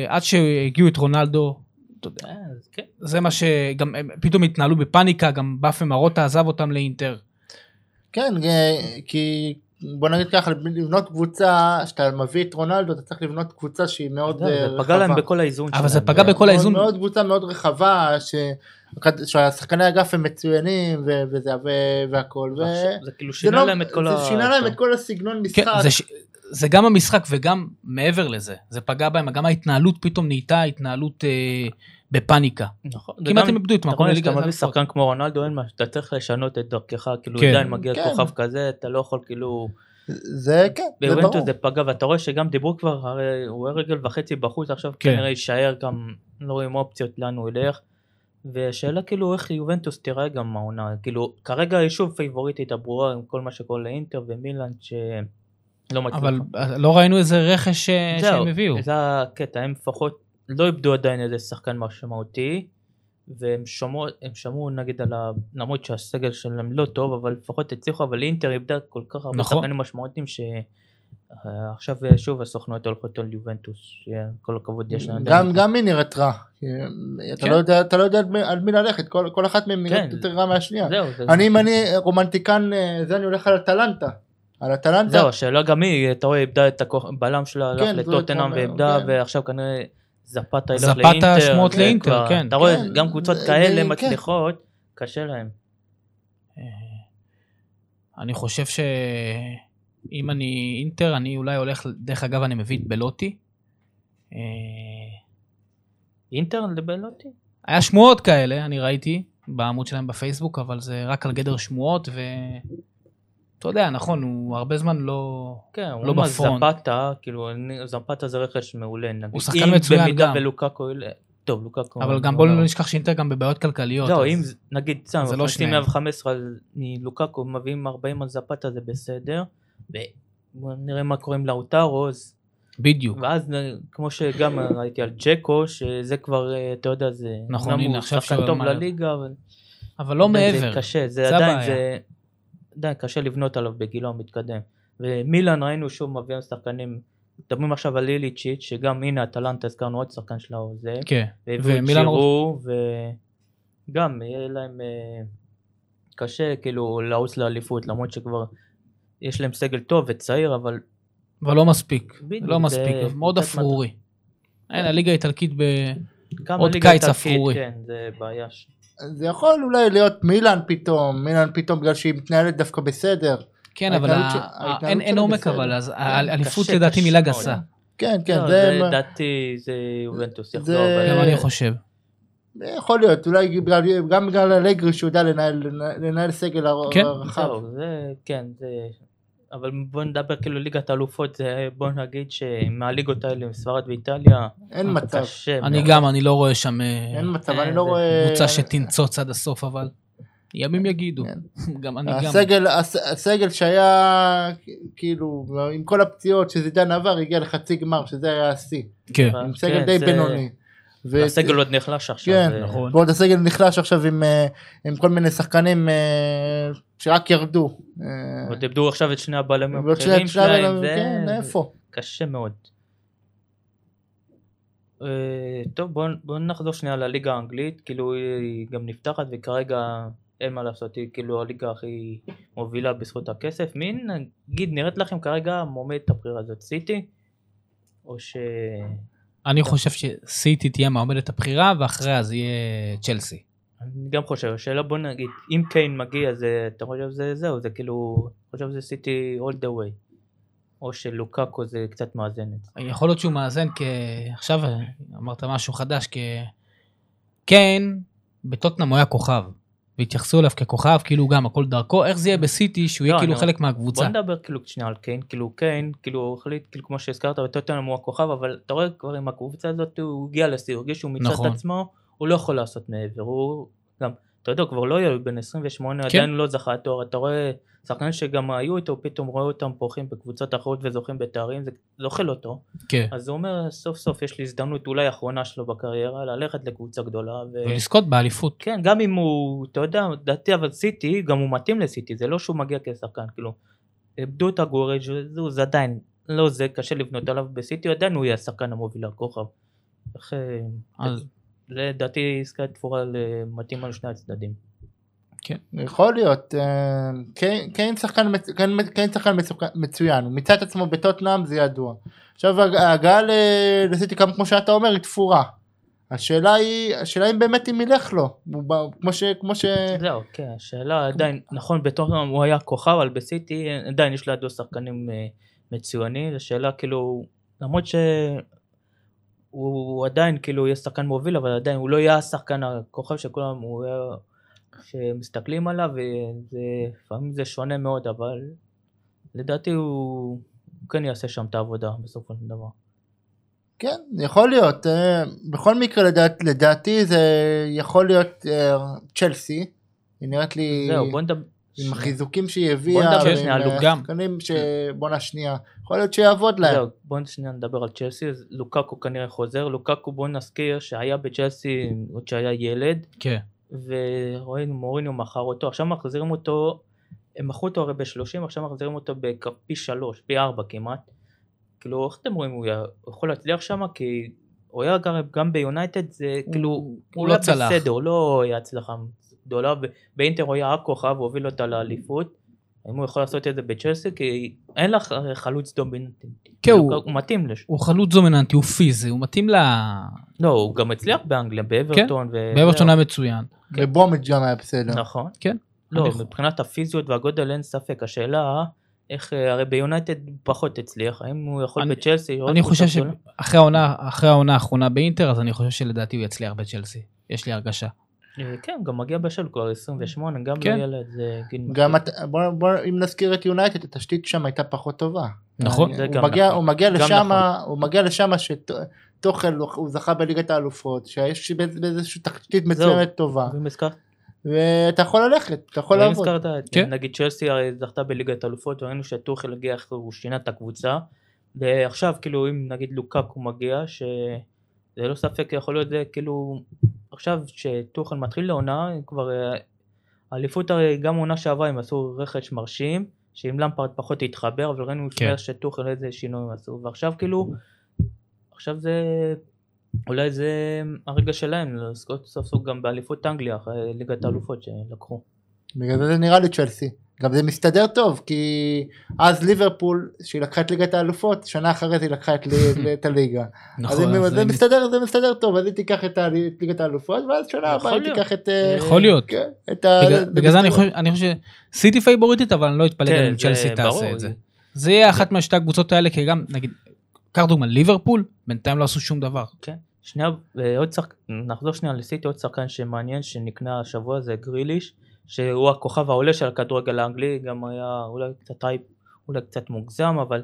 [SPEAKER 4] ועד שהגיעו את רונלדו, אתה יודע,
[SPEAKER 2] אה, אז כן.
[SPEAKER 4] זה מה שגם הם פתאום התנהלו בפאניקה, גם באפה מרוטה עזב אותם לאינטר.
[SPEAKER 3] כן, אה, כי בוא נגיד ככה, לבנות קבוצה, שאתה מביא את רונלדו, אתה צריך לבנות קבוצה שהיא מאוד
[SPEAKER 2] זה
[SPEAKER 3] אה, רחבה.
[SPEAKER 2] פגע להם בכל האיזון שלהם.
[SPEAKER 4] אבל זה פגע בכל
[SPEAKER 3] מאוד-
[SPEAKER 4] האיזון.
[SPEAKER 3] מאוד קבוצה מאוד רחבה, ש... שהשחקני אגף הם מצוינים ו- וזה ו- והכל. ו...
[SPEAKER 2] זה כאילו
[SPEAKER 3] זה
[SPEAKER 2] שינה
[SPEAKER 3] לא-
[SPEAKER 2] להם את כל ה... נכון.
[SPEAKER 3] זה שינה להם את כל הסגנון
[SPEAKER 4] כן,
[SPEAKER 3] משחק.
[SPEAKER 4] זה, ש... זה גם המשחק וגם מעבר לזה, זה פגע בהם, גם ההתנהלות פתאום נהייתה התנהלות אה, בפאניקה.
[SPEAKER 2] נכון. זה
[SPEAKER 4] כמעט
[SPEAKER 2] גם-
[SPEAKER 4] הם איבדו את
[SPEAKER 2] אתה
[SPEAKER 4] מקום
[SPEAKER 2] רואה
[SPEAKER 4] לליגת
[SPEAKER 2] שאתה מביא
[SPEAKER 4] האלופות.
[SPEAKER 2] שחקן כמו רונלדו, אין מה, אתה צריך לשנות את דרכך, כאילו
[SPEAKER 4] כן.
[SPEAKER 2] עדיין מגיע
[SPEAKER 3] כן.
[SPEAKER 2] כוכב כזה, אתה לא יכול כאילו...
[SPEAKER 3] זה כן, זה ברור.
[SPEAKER 2] ביובנטוס זה פגע, ואתה רואה שגם דיברו כבר, הרי הוא היה רגל וחצי בחוץ, עכשיו
[SPEAKER 4] כן.
[SPEAKER 2] כנראה יישאר גם, לא רואים אופציות לאן הוא ילך. והשאלה כאילו איך יובנטוס תראה גם העונה, כאילו כרגע היא שוב פייבוריטית הברורה עם כל מה שקורה לאינטר ומילאן שלא מצליחה.
[SPEAKER 4] אבל אה, לא ראינו איזה רכש אה,
[SPEAKER 2] זהו,
[SPEAKER 4] שהם הביאו.
[SPEAKER 2] זה הקטע, הם לפחות לא איבדו עדיין איזה שחקן משמעותי, והם שמעו, הם שמעו נגיד על ה... למרות שהסגל שלהם לא טוב, אבל לפחות הצליחו, אבל אינטר איבדה כל כך הרבה
[SPEAKER 4] נכון.
[SPEAKER 2] שחקנים משמעותיים ש... אה, עכשיו שוב הסוכנות הולכות על יובנטוס, שכל הכבוד יש להם.
[SPEAKER 3] גם גם היא נראית רע. כי, אה, אתה
[SPEAKER 4] כן.
[SPEAKER 3] לא יודע- אתה לא יודע על מי- על מי ללכת, כל כל אחת מהן נראית
[SPEAKER 2] כן.
[SPEAKER 3] יותר רע מהשנייה.
[SPEAKER 2] זהו, זה-
[SPEAKER 3] אני אם אני רומנטיקן אה, זה אני הולך על אטלנטה. על אטלנטה.
[SPEAKER 2] זהו, השאלה גם היא, אתה רואה, איבדה את הכוח, בלם שלה, הלך
[SPEAKER 3] כן, זה
[SPEAKER 2] לטוטנאם
[SPEAKER 3] כמו-
[SPEAKER 2] ואיבדה,
[SPEAKER 3] כן.
[SPEAKER 2] ועכשיו כנראה זפתה ילך
[SPEAKER 4] זפתה
[SPEAKER 2] לאינטר.
[SPEAKER 4] שמות
[SPEAKER 2] זה
[SPEAKER 4] לאינטר,
[SPEAKER 2] כבר-
[SPEAKER 4] כן.
[SPEAKER 2] אתה רואה,
[SPEAKER 3] כן,
[SPEAKER 2] גם קבוצות
[SPEAKER 3] זה-
[SPEAKER 2] כאלה
[SPEAKER 3] כן.
[SPEAKER 2] מצליחות, קשה להם.
[SPEAKER 4] אה, אני חושב שאם אני אינטר, אני אולי הולך, דרך אגב, אני מביא את בלוטי. אה,
[SPEAKER 2] אינטר לבלוטי?
[SPEAKER 4] היה שמועות כאלה, אני ראיתי, בעמוד שלהם בפייסבוק, אבל זה רק על גדר שמועות, ו... אתה יודע, נכון, הוא הרבה זמן לא...
[SPEAKER 2] כן, הוא
[SPEAKER 4] לא
[SPEAKER 2] אומר
[SPEAKER 4] בפרונט.
[SPEAKER 2] זפתה, כאילו אני- זפתה זה רכש מעולה. נגיד.
[SPEAKER 4] הוא שחקן
[SPEAKER 2] אם
[SPEAKER 4] מצוין
[SPEAKER 2] במידה
[SPEAKER 4] גם.
[SPEAKER 2] ולוקקו, יל- טוב לוקקו.
[SPEAKER 4] אבל גם
[SPEAKER 2] לא-
[SPEAKER 4] בואו לא נשכח שאינטר גם בבעיות כלכליות.
[SPEAKER 2] לא,
[SPEAKER 4] אז-
[SPEAKER 2] אם זה- נגיד סתם,
[SPEAKER 4] זה לא
[SPEAKER 2] מכניסים
[SPEAKER 4] שניהם.
[SPEAKER 2] 115 על- מלוקקו, מביאים 40 על זפתה זה בסדר. ובוא נראה מה קוראים לאוטרו, אז-
[SPEAKER 4] בדיוק.
[SPEAKER 2] ואז נ- כמו שגם ראיתי על ג'קו, שזה כבר, אה, אתה יודע, זה...
[SPEAKER 4] נכון,
[SPEAKER 2] אומנם
[SPEAKER 4] הנה,
[SPEAKER 2] הוא
[SPEAKER 4] עכשיו
[SPEAKER 2] שחקן
[SPEAKER 4] שהוא
[SPEAKER 2] טוב
[SPEAKER 4] אמר-
[SPEAKER 2] לליגה, אבל...
[SPEAKER 4] אבל לא
[SPEAKER 2] עדיין זה
[SPEAKER 4] מעבר.
[SPEAKER 2] קשה,
[SPEAKER 4] זה
[SPEAKER 2] זה עדיין,
[SPEAKER 4] הבעיה.
[SPEAKER 2] זה עדיין קשה לבנות עליו בגילו המתקדם. ומילן ראינו שוב מביאים שחקנים, מדברים עכשיו על ליליצ'יט, שגם הנה אטלנטה הזכרנו עוד שחקן שלה או זה,
[SPEAKER 4] כן.
[SPEAKER 2] והביאו את
[SPEAKER 4] ומילן
[SPEAKER 2] שירו, וגם יהיה להם אה, קשה כאילו לעוץ לאליפות, למרות שכבר יש להם סגל טוב וצעיר, אבל
[SPEAKER 4] אבל לא מספיק.
[SPEAKER 2] בדיוק,
[SPEAKER 4] לא
[SPEAKER 2] זה
[SPEAKER 4] מספיק, מאוד
[SPEAKER 2] קבוצת
[SPEAKER 4] אפרורי. אין, הליגה האיטלקית ב...
[SPEAKER 2] כמה
[SPEAKER 4] עוד
[SPEAKER 2] ליגה
[SPEAKER 4] קיץ
[SPEAKER 2] איטלקית,
[SPEAKER 4] אפרורי.
[SPEAKER 2] כן, זה בעיה. ש-
[SPEAKER 3] זה יכול אולי להיות מילאן פתאום, מילאן פתאום בגלל שהיא מתנהלת דווקא בסדר.
[SPEAKER 4] כן, אבל
[SPEAKER 3] ההתנהלות
[SPEAKER 4] ה-
[SPEAKER 3] של-
[SPEAKER 4] ה-
[SPEAKER 3] ההתנהלות
[SPEAKER 4] אין- אין
[SPEAKER 3] שלה
[SPEAKER 4] עומק
[SPEAKER 3] בסדר.
[SPEAKER 4] אבל, אז ה-
[SPEAKER 2] קשה,
[SPEAKER 4] האליפות
[SPEAKER 2] כן, קשה
[SPEAKER 4] לדעתי מילה
[SPEAKER 2] מאוד.
[SPEAKER 4] גסה.
[SPEAKER 3] כן, כן,
[SPEAKER 2] לא,
[SPEAKER 3] זה...
[SPEAKER 2] זה דעתי זה יובנטוס יחזור,
[SPEAKER 3] זה-
[SPEAKER 2] אבל-
[SPEAKER 4] גם אני חושב.
[SPEAKER 3] יכול להיות, אולי בגלל- גם בגלל אלגרי שהוא יודע לנהל, לנהל סגל הר-
[SPEAKER 4] כן.
[SPEAKER 3] הרחב.
[SPEAKER 2] זהו, זה, כן, זה... אבל בוא נדבר כאילו ליגת האלופות, זה- בוא נגיד שמהליגות האלה עם ספרד ואיטליה,
[SPEAKER 3] אין מצב,
[SPEAKER 2] אה, קשה.
[SPEAKER 4] אני
[SPEAKER 2] כן, מאוד.
[SPEAKER 4] גם, אני לא רואה שם אה,
[SPEAKER 3] אין מצב,
[SPEAKER 2] אה, כן.
[SPEAKER 3] אני לא
[SPEAKER 2] זה
[SPEAKER 3] רואה...
[SPEAKER 4] קבוצה שתנצוץ עד הסוף, אבל ימים יגידו. [LAUGHS] גם
[SPEAKER 2] אה,
[SPEAKER 4] אני גם.
[SPEAKER 3] הסגל, הס- הסגל שהיה כאילו עם כל הפציעות שזידן עבר הגיע לחצי גמר שזה היה השיא,
[SPEAKER 4] כן.
[SPEAKER 2] אה,
[SPEAKER 3] עם
[SPEAKER 2] כן,
[SPEAKER 3] סגל די
[SPEAKER 2] זה-
[SPEAKER 3] בינוני. ו-
[SPEAKER 2] הסגל עוד נחלש עכשיו.
[SPEAKER 3] כן,
[SPEAKER 2] זה-
[SPEAKER 4] נכון.
[SPEAKER 3] ועוד הסגל נחלש עכשיו עם, אה, עם כל מיני שחקנים אה, שרק ירדו. אה,
[SPEAKER 2] עוד איבדו עכשיו את שני הבלמים
[SPEAKER 3] ועוד שנייה
[SPEAKER 2] הבכירים
[SPEAKER 3] את שלב
[SPEAKER 2] שלהם,
[SPEAKER 3] אליו,
[SPEAKER 2] זה
[SPEAKER 3] כן, איפה?
[SPEAKER 2] קשה מאוד. אה, טוב, בואו בוא נחזור שנייה לליגה האנגלית, כאילו היא גם נפתחת וכרגע אין מה לעשות, היא כאילו הליגה הכי מובילה בזכות הכסף. מי נגיד נראית לכם כרגע מועמדת הבחירה הזאת, סיטי? או ש...
[SPEAKER 4] אני חושב שסיטי תהיה מעומדת הבחירה, ואחריה זה יהיה צ'לסי.
[SPEAKER 2] אני גם חושב, השאלה בוא נגיד, אם קיין מגיע, זה, אתה חושב שזה זהו, זה כאילו, אני חושב שזה סיטי all the way. או שלוקאקו זה קצת מאזנת.
[SPEAKER 4] יכול להיות שהוא מאזן כ... עכשיו אה, אמרת משהו חדש, כ... כן, בטוטנאם הוא היה כוכב. והתייחסו אליו ככוכב, כאילו גם הכל דרכו, איך זה יהיה בסיטי, שהוא יהיה
[SPEAKER 2] לא,
[SPEAKER 4] כאילו
[SPEAKER 2] אני-
[SPEAKER 4] חלק מהקבוצה.
[SPEAKER 2] בוא נדבר כאילו שנייה על קיין, כאילו קיין, כאילו הוא החליט, כאילו כמו שהזכרת, בטוטנאם הוא הכוכב, אבל אתה רואה כבר עם הקבוצה הזאת, הוא הגיע לשיא, הוא הרגיש שהוא מיצה
[SPEAKER 4] נכון.
[SPEAKER 2] את עצמו, הוא לא יכול לעשות מעבר, הוא גם, אתה יודע, הוא כבר לא יהיה בן 28,
[SPEAKER 4] כן.
[SPEAKER 2] עדיין לא זכה לתואר, אתה רואה שחקנים שגם היו איתו, פתאום רואה אותם פורחים בקבוצות אחרות וזוכים בתארים, זה זוכל אותו,
[SPEAKER 4] כן.
[SPEAKER 2] אז הוא אומר, סוף סוף יש לי הזדמנות אולי האחרונה שלו בקריירה, ללכת לקבוצה גדולה, ו...
[SPEAKER 4] ולזכות באליפות.
[SPEAKER 2] כן, גם אם הוא, אתה יודע, לדעתי אבל סיטי, גם הוא מתאים לסיטי, זה לא שהוא מגיע כשחקן, כאילו, איבדו את הגורג' זהו, זה עדיין, לא זה, קשה לבנות עליו בסיטי, עדיין הוא יהיה השחקן המוביל הכוכב. איך, אה,
[SPEAKER 4] אז
[SPEAKER 2] זה לדעתי עסקה תפורה ל- מתאימה לשני הצדדים.
[SPEAKER 3] יכול להיות. אה, קיין- קיין שחקן מצ- קיין- קיין שחקן מצוק- מצוין, הוא מיצה את עצמו בטוטנאם זה ידוע. עכשיו הג- ההגעה ל- לסיטי גם כמו שאתה אומר היא תפורה. השאלה היא, השאלה אם באמת אם ילך לו, הוא בא- כמו ש... כמו ש...
[SPEAKER 2] זהו, כן, השאלה עדיין, נכון, בטוטנאם הוא היה כוכב, אבל בסיטי אה, עדיין יש לידו שחקנים אה, מצוינים, השאלה כאילו, למרות ש... הוא עדיין כאילו יהיה שחקן מוביל, אבל עדיין הוא לא יהיה השחקן הכוכב שכולם הוא יהיה... שמסתכלים עליו, וזה... לפעמים זה שונה מאוד, אבל לדעתי הוא... הוא כן יעשה שם את העבודה בסופו של דבר.
[SPEAKER 3] כן, יכול להיות. אה, בכל מקרה לדעת, לדעתי זה יכול להיות אה, צ'לסי. היא נראית לי
[SPEAKER 2] זהו, בוא נדבר...
[SPEAKER 3] אה, עם החיזוקים שהיא
[SPEAKER 2] בוא
[SPEAKER 3] הביאה,
[SPEAKER 2] נדבר
[SPEAKER 3] ועם
[SPEAKER 2] שנייה על
[SPEAKER 3] אה,
[SPEAKER 4] לוגם.
[SPEAKER 3] שחקנים שבואנה שנייה, יכול להיות שיעבוד להם.
[SPEAKER 2] זהו, בואו שנייה נדבר על צ'לסי, אז לוקקו כנראה חוזר, לוקקו בואו נזכיר שהיה בצ'לסי עוד שהיה ילד,
[SPEAKER 4] כן.
[SPEAKER 2] ורואים מוריניו מכר אותו, עכשיו מחזירים אותו, הם מכרו אותו הרי ב-30, עכשיו מחזירים אותו בכ- פי 3, פי 4 כמעט, כאילו איך אתם רואים, הוא יה- הוא יכול להצליח שם, כי הוא היה גם- גם ביונייטד, זה כאילו,
[SPEAKER 4] הוא לא
[SPEAKER 2] היה
[SPEAKER 4] צלח.
[SPEAKER 2] בסדר, הוא לא היה הצלחה גדולה, ב- באינטר הוא היה הכוכב, הוא הוביל אותה לאליפות. האם הוא יכול לעשות את זה בצ'לסי? כי אין לך אה, חלוץ דומיננטי.
[SPEAKER 4] כן,
[SPEAKER 2] כאילו הוא,
[SPEAKER 4] הוא-
[SPEAKER 2] הוא מתאים לש...
[SPEAKER 4] הוא חלוץ דומיננטי, הוא פיזי, הוא מתאים ל...
[SPEAKER 2] לא, הוא גם הצליח באנגליה, באברטון. ו...
[SPEAKER 4] כן, באברטון היה מצוין.
[SPEAKER 3] ובומיץ' גם כן. היה בסדר.
[SPEAKER 2] נכון.
[SPEAKER 4] כן.
[SPEAKER 2] לא,
[SPEAKER 4] אני-
[SPEAKER 2] מבחינת הפיזיות והגודל אין ספק, השאלה איך, אה, הרי ביונייטד הוא פחות הצליח, האם הוא יכול
[SPEAKER 4] אני-
[SPEAKER 2] בצ'לסי? עוד
[SPEAKER 4] אני
[SPEAKER 2] קבוצה
[SPEAKER 4] חושב
[SPEAKER 2] גדולה?
[SPEAKER 4] שאחרי העונה, אחרי העונה האחרונה באינטר, אז אני חושב שלדעתי הוא יצליח בצ'לסי. יש לי הרגשה.
[SPEAKER 2] אה, כן, הוא גם מגיע בשל כבר 28, גם
[SPEAKER 4] כן.
[SPEAKER 2] לא ילד, זה גיל...
[SPEAKER 3] גם
[SPEAKER 2] מתאים.
[SPEAKER 3] את, בוא, בוא, אם נזכיר את יונייטד התשתית שם הייתה פחות טובה.
[SPEAKER 4] נכון.
[SPEAKER 2] זה
[SPEAKER 3] הוא,
[SPEAKER 2] גם
[SPEAKER 3] מגיע,
[SPEAKER 2] נכון.
[SPEAKER 3] הוא מגיע
[SPEAKER 2] גם
[SPEAKER 3] לשם, הוא מגיע לשם שטוחל הוא, הוא זכה בליגת האלופות, שיש באיז- באיזושהי תשתית מצוינת טובה,
[SPEAKER 2] ואם הזכרת-
[SPEAKER 3] ואתה יכול ללכת, אתה יכול
[SPEAKER 2] ואם
[SPEAKER 3] לעבוד.
[SPEAKER 2] הזכרת, את-
[SPEAKER 4] כן.
[SPEAKER 2] נגיד צ'לסי הרי זכתה בליגת אלופות, ראינו שטוחל הגיע, איך הוא שינה את הקבוצה, ועכשיו כאילו אם נגיד לוקקו מגיע, שזה לא ספק יכול להיות זה כאילו, עכשיו שטוחל מתחיל לעונה, כבר אה, האליפות הרי גם עונה שעברה הם עשו רכש מרשים, שעם למפרד פחות התחבר, אבל ראינו
[SPEAKER 4] כן.
[SPEAKER 2] כן. שטוחל איזה שינויים עשו, ועכשיו כאילו, עכשיו זה... אולי זה הרגע שלהם לזכות סוף סוף גם באליפות אנגליה, אחרי ליגת האלופות שלקחו.
[SPEAKER 3] בגלל זה זה נראה לי צ'לסי. גם זה מסתדר טוב, כי אז ליברפול, שהיא לקחה את ליגת האלופות, שנה אחרי זה היא לקחה את, לי, את הליגה. אז
[SPEAKER 4] נכון,
[SPEAKER 3] הם-
[SPEAKER 4] אז
[SPEAKER 3] זה
[SPEAKER 4] הם-
[SPEAKER 3] מסתדר, זה מסתדר טוב, אז היא תיקח את ה- את ליגת האלופות, ואז שנה
[SPEAKER 2] יכול
[SPEAKER 3] הבאה היא
[SPEAKER 2] להיות.
[SPEAKER 3] תיקח את... אה,
[SPEAKER 4] יכול להיות.
[SPEAKER 3] כן, את ה...
[SPEAKER 4] בגלל-
[SPEAKER 3] זה
[SPEAKER 4] בגלל זה אני
[SPEAKER 3] מסתדר.
[SPEAKER 4] חושב אני חושב שסיטי פייבוריטית אבל אני לא אתפלא גם
[SPEAKER 2] כן,
[SPEAKER 4] אם
[SPEAKER 2] זה
[SPEAKER 4] צ'לסי תעשה
[SPEAKER 2] ברור.
[SPEAKER 4] את זה. זה יהיה אחת מהשתי הקבוצות האלה כי גם נגיד קח דוגמא ליברפול בינתיים לא עשו שום דבר.
[SPEAKER 2] שנייה, אה, עוד שחק... נחזור שנייה לסיטי, עוד שחקן שמעניין שנקנה השבוע זה גריליש, שהוא הכוכב העולה של הכדורגל האנגלי, גם היה אולי קצת טייפ, אולי קצת מוגזם, אבל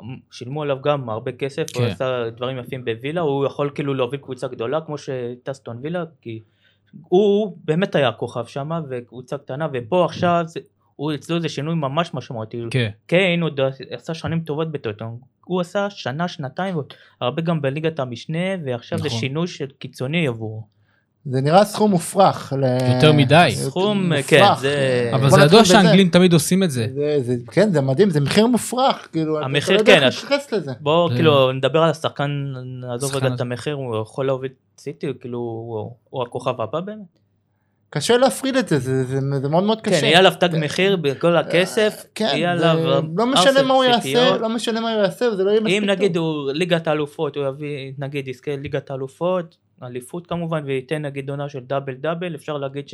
[SPEAKER 2] אמ, שילמו עליו גם הרבה כסף, הוא
[SPEAKER 4] כן.
[SPEAKER 2] עשה דברים יפים בווילה, הוא יכול כאילו להוביל קבוצה גדולה כמו שטסטון וילה, כי הוא, הוא באמת היה הכוכב שם, וקבוצה קטנה, ופה עכשיו זה... הוא אצלו זה שינוי ממש משמעותי,
[SPEAKER 4] כן.
[SPEAKER 2] קיין עוד עשה שנים טובות בטוטנאם. הוא עשה שנה, שנתיים, ועוד הרבה גם בליגת המשנה, ועכשיו זה
[SPEAKER 4] נכון.
[SPEAKER 2] שינוי של קיצוני עבורו.
[SPEAKER 3] זה נראה סכום מופרך. ל-
[SPEAKER 4] יותר מדי.
[SPEAKER 2] סכום,
[SPEAKER 3] מופרך.
[SPEAKER 2] כן, זה-
[SPEAKER 4] אבל
[SPEAKER 3] בוא
[SPEAKER 4] זה
[SPEAKER 3] נתחיל
[SPEAKER 4] ידוע
[SPEAKER 3] בזה.
[SPEAKER 4] שהאנגלים תמיד עושים את זה.
[SPEAKER 3] זה- זה- כן, זה מדהים, זה מחיר מופרך, כאילו, אתה- אתה
[SPEAKER 2] המחיר,
[SPEAKER 3] לא יודע
[SPEAKER 2] כן,
[SPEAKER 3] איך
[SPEAKER 2] הש-
[SPEAKER 3] להתייחס לזה.
[SPEAKER 2] בואו
[SPEAKER 4] זה-
[SPEAKER 2] כאילו נדבר על השחקן, נעזוב
[SPEAKER 4] השחקן
[SPEAKER 2] רגע את
[SPEAKER 4] הזה.
[SPEAKER 2] המחיר, הוא יכול להוביל את סיטי, כאילו הוא- הוא הכוכב הבא באמת.
[SPEAKER 3] קשה להפריד את זה, זה- זה זה מאוד מאוד
[SPEAKER 2] כן,
[SPEAKER 3] קשה.
[SPEAKER 2] יהיה עליו תג
[SPEAKER 3] זה-
[SPEAKER 2] מחיר בכל הכסף,
[SPEAKER 3] כן,
[SPEAKER 2] יהיה
[SPEAKER 3] זה-
[SPEAKER 2] עליו...
[SPEAKER 3] לא משנה
[SPEAKER 2] ארסנל
[SPEAKER 3] מה הוא יעשה,
[SPEAKER 2] ציפיות.
[SPEAKER 3] לא משנה מה הוא יעשה, זה לא יהיה מספיק
[SPEAKER 2] אם
[SPEAKER 3] טוב.
[SPEAKER 2] נגיד הוא ליגת האלופות, הוא יביא, נגיד יזכה ליגת האלופות, אליפות כמובן, וייתן נגיד עונה של דאבל דאבל, אפשר להגיד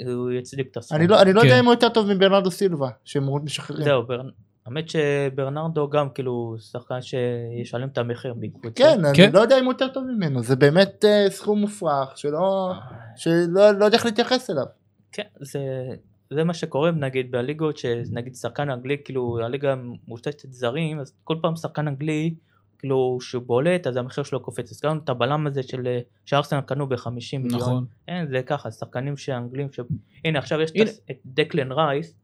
[SPEAKER 2] שהוא יצדיק את הסכום.
[SPEAKER 3] אני לא אני לא
[SPEAKER 4] כן.
[SPEAKER 3] יודע אם הוא יותר טוב מברנרדו סילבה, שהם משחררים.
[SPEAKER 2] זהו, בר- האמת שברנרדו גם כאילו שחקן שישלם את המחיר בעקבות
[SPEAKER 3] כן,
[SPEAKER 4] כן.
[SPEAKER 3] אני לא יודע אם הוא יותר טוב ממנו, זה באמת אה, סכום מופרך, שלא
[SPEAKER 2] אה.
[SPEAKER 3] שלא- לא יודע איך להתייחס אליו.
[SPEAKER 2] כן, זה, זה מה שקורה נגיד בליגות, שנגיד שחקן אנגלי, כאילו הליגה מושתתת זרים, אז כל פעם שחקן אנגלי, כאילו שהוא בולט, אז המחיר שלו קופץ. הזכרנו את הבלם הזה של אה, שארסנל קנו ב-50 מיליון.
[SPEAKER 4] נכון.
[SPEAKER 2] אין, זה ככה, שחקנים שאנגלים, ש... הנה עכשיו יש
[SPEAKER 4] הנה.
[SPEAKER 2] את, את דקלן רייס,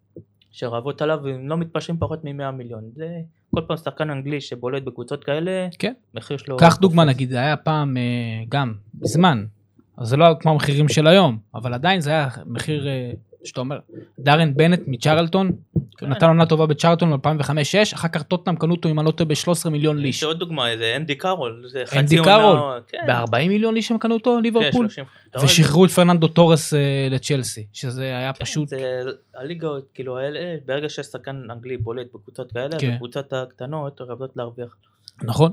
[SPEAKER 2] שרבות עליו והם לא מתפשרים פחות מ-100 מיליון. זה כל פעם שחקן אנגלי שבולט בקבוצות כאלה,
[SPEAKER 4] כן.
[SPEAKER 2] מחיר שלו...
[SPEAKER 4] קח דוגמה
[SPEAKER 2] קופץ.
[SPEAKER 4] נגיד זה היה פעם אה, גם מזמן אז זה לא היה כמו המחירים של היום אבל עדיין זה היה מחיר אה, שאתה אומר דארן בנט מצ'רלטון
[SPEAKER 2] כן.
[SPEAKER 4] נתן עונה טובה בצ'רלטון ב-2005-2006 אחר כך טוטנאם קנו אותו אם אני לא טועה ב-13 מיליון
[SPEAKER 2] יש
[SPEAKER 4] ליש.
[SPEAKER 2] עוד דוגמה, זה אנדי קארול, זה חצי
[SPEAKER 4] אנדי קארול?
[SPEAKER 2] כן.
[SPEAKER 4] ב-40 מיליון ליש הם קנו אותו
[SPEAKER 2] כן,
[SPEAKER 4] ליברפול
[SPEAKER 2] 30. אתה רואה,
[SPEAKER 4] ושחררו את פרננדו תורס אה, לצ'לסי שזה היה
[SPEAKER 2] כן,
[SPEAKER 4] פשוט
[SPEAKER 2] זה הליגות, כאילו, האלה, ברגע ששחקן אנגלי בולט בקבוצות כאלה, אז
[SPEAKER 4] כן.
[SPEAKER 2] הקבוצות הקטנות רבות להרוויח.
[SPEAKER 4] נכון.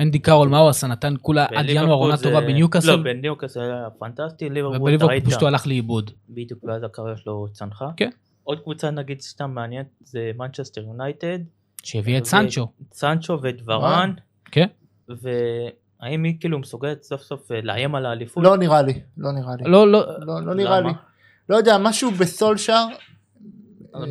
[SPEAKER 4] אנדי קארול מה הוא עשה נתן כולה עד
[SPEAKER 2] בליברפול
[SPEAKER 4] ינואר עונה
[SPEAKER 2] זה-
[SPEAKER 4] טובה
[SPEAKER 2] לא,
[SPEAKER 4] בניוקאסל
[SPEAKER 2] בניוקאסל היה פנטסטי, ליברפול, אתה
[SPEAKER 4] ובליברפול
[SPEAKER 2] ראית,
[SPEAKER 4] פשוט הוא הלך לאיבוד.
[SPEAKER 2] בדיוק, ואז הקריירה שלו צנחה.
[SPEAKER 4] כן.
[SPEAKER 2] עוד קבוצה נגיד סתם מעניינת זה מנצ'סטר יונייטד,
[SPEAKER 4] שהביא את
[SPEAKER 2] ו-
[SPEAKER 4] סנצ'ו.
[SPEAKER 2] סנצ'ו ודברן.
[SPEAKER 4] כן.
[SPEAKER 2] והאם היא כאילו מסוגלת סוף סוף אה, לאיים על האליפות?
[SPEAKER 3] לא נראה לי, לא נראה לי.
[SPEAKER 4] לא לא
[SPEAKER 3] לא לא נראה
[SPEAKER 2] למה?
[SPEAKER 3] לי. לא יודע, משהו בסולשאר.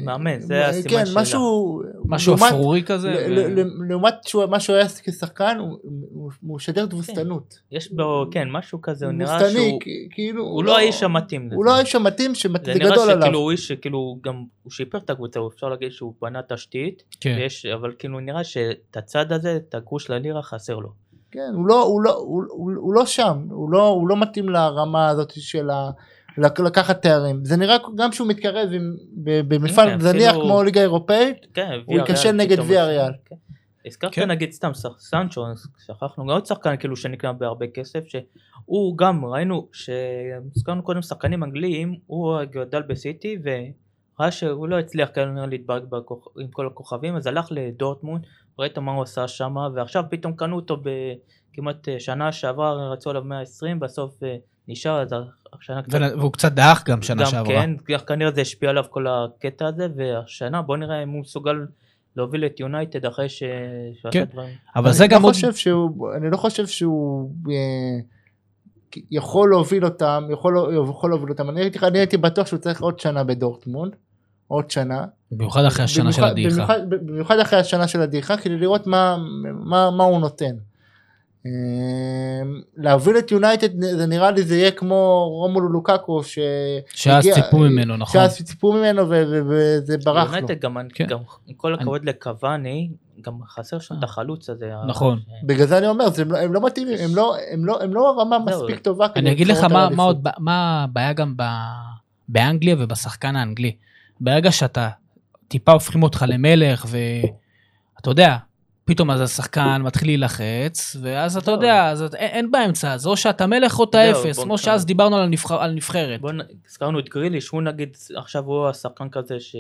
[SPEAKER 2] מאמן, זה
[SPEAKER 3] אה,
[SPEAKER 2] הסימן
[SPEAKER 3] כן,
[SPEAKER 2] שאלה.
[SPEAKER 3] משהו...
[SPEAKER 4] משהו
[SPEAKER 3] לעומת-
[SPEAKER 4] אפרורי כזה. ו-
[SPEAKER 3] ל- ל- ל- לעומת שהוא- מה שהוא היה כשחקן, הוא- הוא- הוא משדר תבוסתנות.
[SPEAKER 2] יש בו, כן, משהו כזה, כן. הוא נראה
[SPEAKER 3] תבוסתני,
[SPEAKER 2] שהוא...
[SPEAKER 3] כי- כאילו...
[SPEAKER 2] הוא לא האיש המתאים לזה.
[SPEAKER 3] הוא לא האיש המתאים, שמת-
[SPEAKER 2] זה
[SPEAKER 3] זה
[SPEAKER 2] נראה
[SPEAKER 3] גדול
[SPEAKER 2] שכאילו
[SPEAKER 3] עליו.
[SPEAKER 2] הוא איש שכאילו גם הוא שיפר את הקבוצה, הוא אפשר להגיד שהוא בנה תשתית,
[SPEAKER 4] כן.
[SPEAKER 2] ויש, אבל כאילו נראה שאת הצד הזה, את הגוש ללירה חסר לו.
[SPEAKER 3] כן, הוא לא, הוא לא, הוא, הוא, הוא לא שם, הוא לא, הוא לא מתאים לרמה הזאת של ה... לק- לקחת תארים. זה נראה גם שהוא מתקרב עם, ב- במפעל
[SPEAKER 2] הנה,
[SPEAKER 3] זניח
[SPEAKER 2] כן, אפילו-
[SPEAKER 3] כמו ליגה אירופאית,
[SPEAKER 2] כן,
[SPEAKER 3] הוא
[SPEAKER 2] ויה
[SPEAKER 3] ייכשל
[SPEAKER 2] ריאל
[SPEAKER 3] נגד
[SPEAKER 2] פתאום
[SPEAKER 3] ויה
[SPEAKER 2] עושה-
[SPEAKER 3] ריאל.
[SPEAKER 2] כן. הזכרת
[SPEAKER 4] כן.
[SPEAKER 2] נגיד סתם ס- סנצ'ו, אז שכחנו עוד שחקן כאילו שנקנה בהרבה כסף, שהוא גם ראינו שהזכרנו קודם שחקנים אנגליים, הוא גדל בסיטי וראה שהוא לא הצליח כנראה להתברג בכוכ... עם כל הכוכבים, אז הלך לדורטמונד, ראית מה הוא עשה שם, ועכשיו פתאום קנו אותו בכמעט אה, שנה שעברה, רצו עליו 120, בסוף אה, נשאר, אז השנה קצת
[SPEAKER 4] ול- והוא קצת דעך גם שנה שעברה.
[SPEAKER 2] גם כן, כנראה זה השפיע עליו כל הקטע הזה, והשנה בוא נראה אם הוא מסוגל להוביל את יונייטד אחרי ש... שעשה
[SPEAKER 4] כן.
[SPEAKER 2] דברים.
[SPEAKER 4] אבל זה
[SPEAKER 3] אני
[SPEAKER 4] גם
[SPEAKER 3] לא
[SPEAKER 4] עוד...
[SPEAKER 3] חושב שהוא, אני לא חושב שהוא אה, יכול להוביל אותם, יכול, לא- יכול להוביל אותם. אני הייתי, אני הייתי בטוח שהוא צריך עוד שנה בדורטמונד, עוד שנה.
[SPEAKER 4] במיוחד אחרי השנה של
[SPEAKER 3] במיוחד-
[SPEAKER 4] הדעיכה.
[SPEAKER 3] במיוחד- במיוחד אחרי השנה של הדעיכה כדי לראות מה, מה, מה הוא נותן. אמ, להוביל את יונייטד זה נראה לי זה יהיה כמו רומולו לוקקו ש...
[SPEAKER 4] שאז
[SPEAKER 3] הגיע- אה,
[SPEAKER 4] ציפו ממנו, נכון?
[SPEAKER 3] שאז ציפו ממנו ו- ו- וזה ברח לו.
[SPEAKER 2] יונייטד גם,
[SPEAKER 4] כן.
[SPEAKER 2] גם עם כל
[SPEAKER 4] אני- אה.
[SPEAKER 2] הכבוד לקוואני, גם חסר שם את החלוץ הזה.
[SPEAKER 4] נכון.
[SPEAKER 3] בגלל זה אני אומר, זה, הם לא- הם לא מתאימים, הם לא, הם לא, הם לא רמה
[SPEAKER 2] זהו.
[SPEAKER 3] מספיק טובה. כדי
[SPEAKER 4] אני אגיד
[SPEAKER 3] להתחרות
[SPEAKER 4] לך
[SPEAKER 3] על
[SPEAKER 4] מה-
[SPEAKER 3] האליפות.
[SPEAKER 4] מה עוד ב- מה הבעיה גם ב- באנגליה ובשחקן האנגלי. ברגע שאתה טיפה הופכים אותך למלך ואתה יודע, פתאום אז השחקן מתחיל להילחץ, ואז אתה יודע, אז אתה- אין- אין באמצע, אז או שאתה מלך או אתה
[SPEAKER 2] זהו,
[SPEAKER 4] אפס,
[SPEAKER 2] בוא
[SPEAKER 4] כמו
[SPEAKER 2] נקרא.
[SPEAKER 4] שאז דיברנו על הנבחר- על נבחרת.
[SPEAKER 2] בוא נ... הזכרנו את גריליש, הוא נגיד, עכשיו הוא השחקן כזה ש...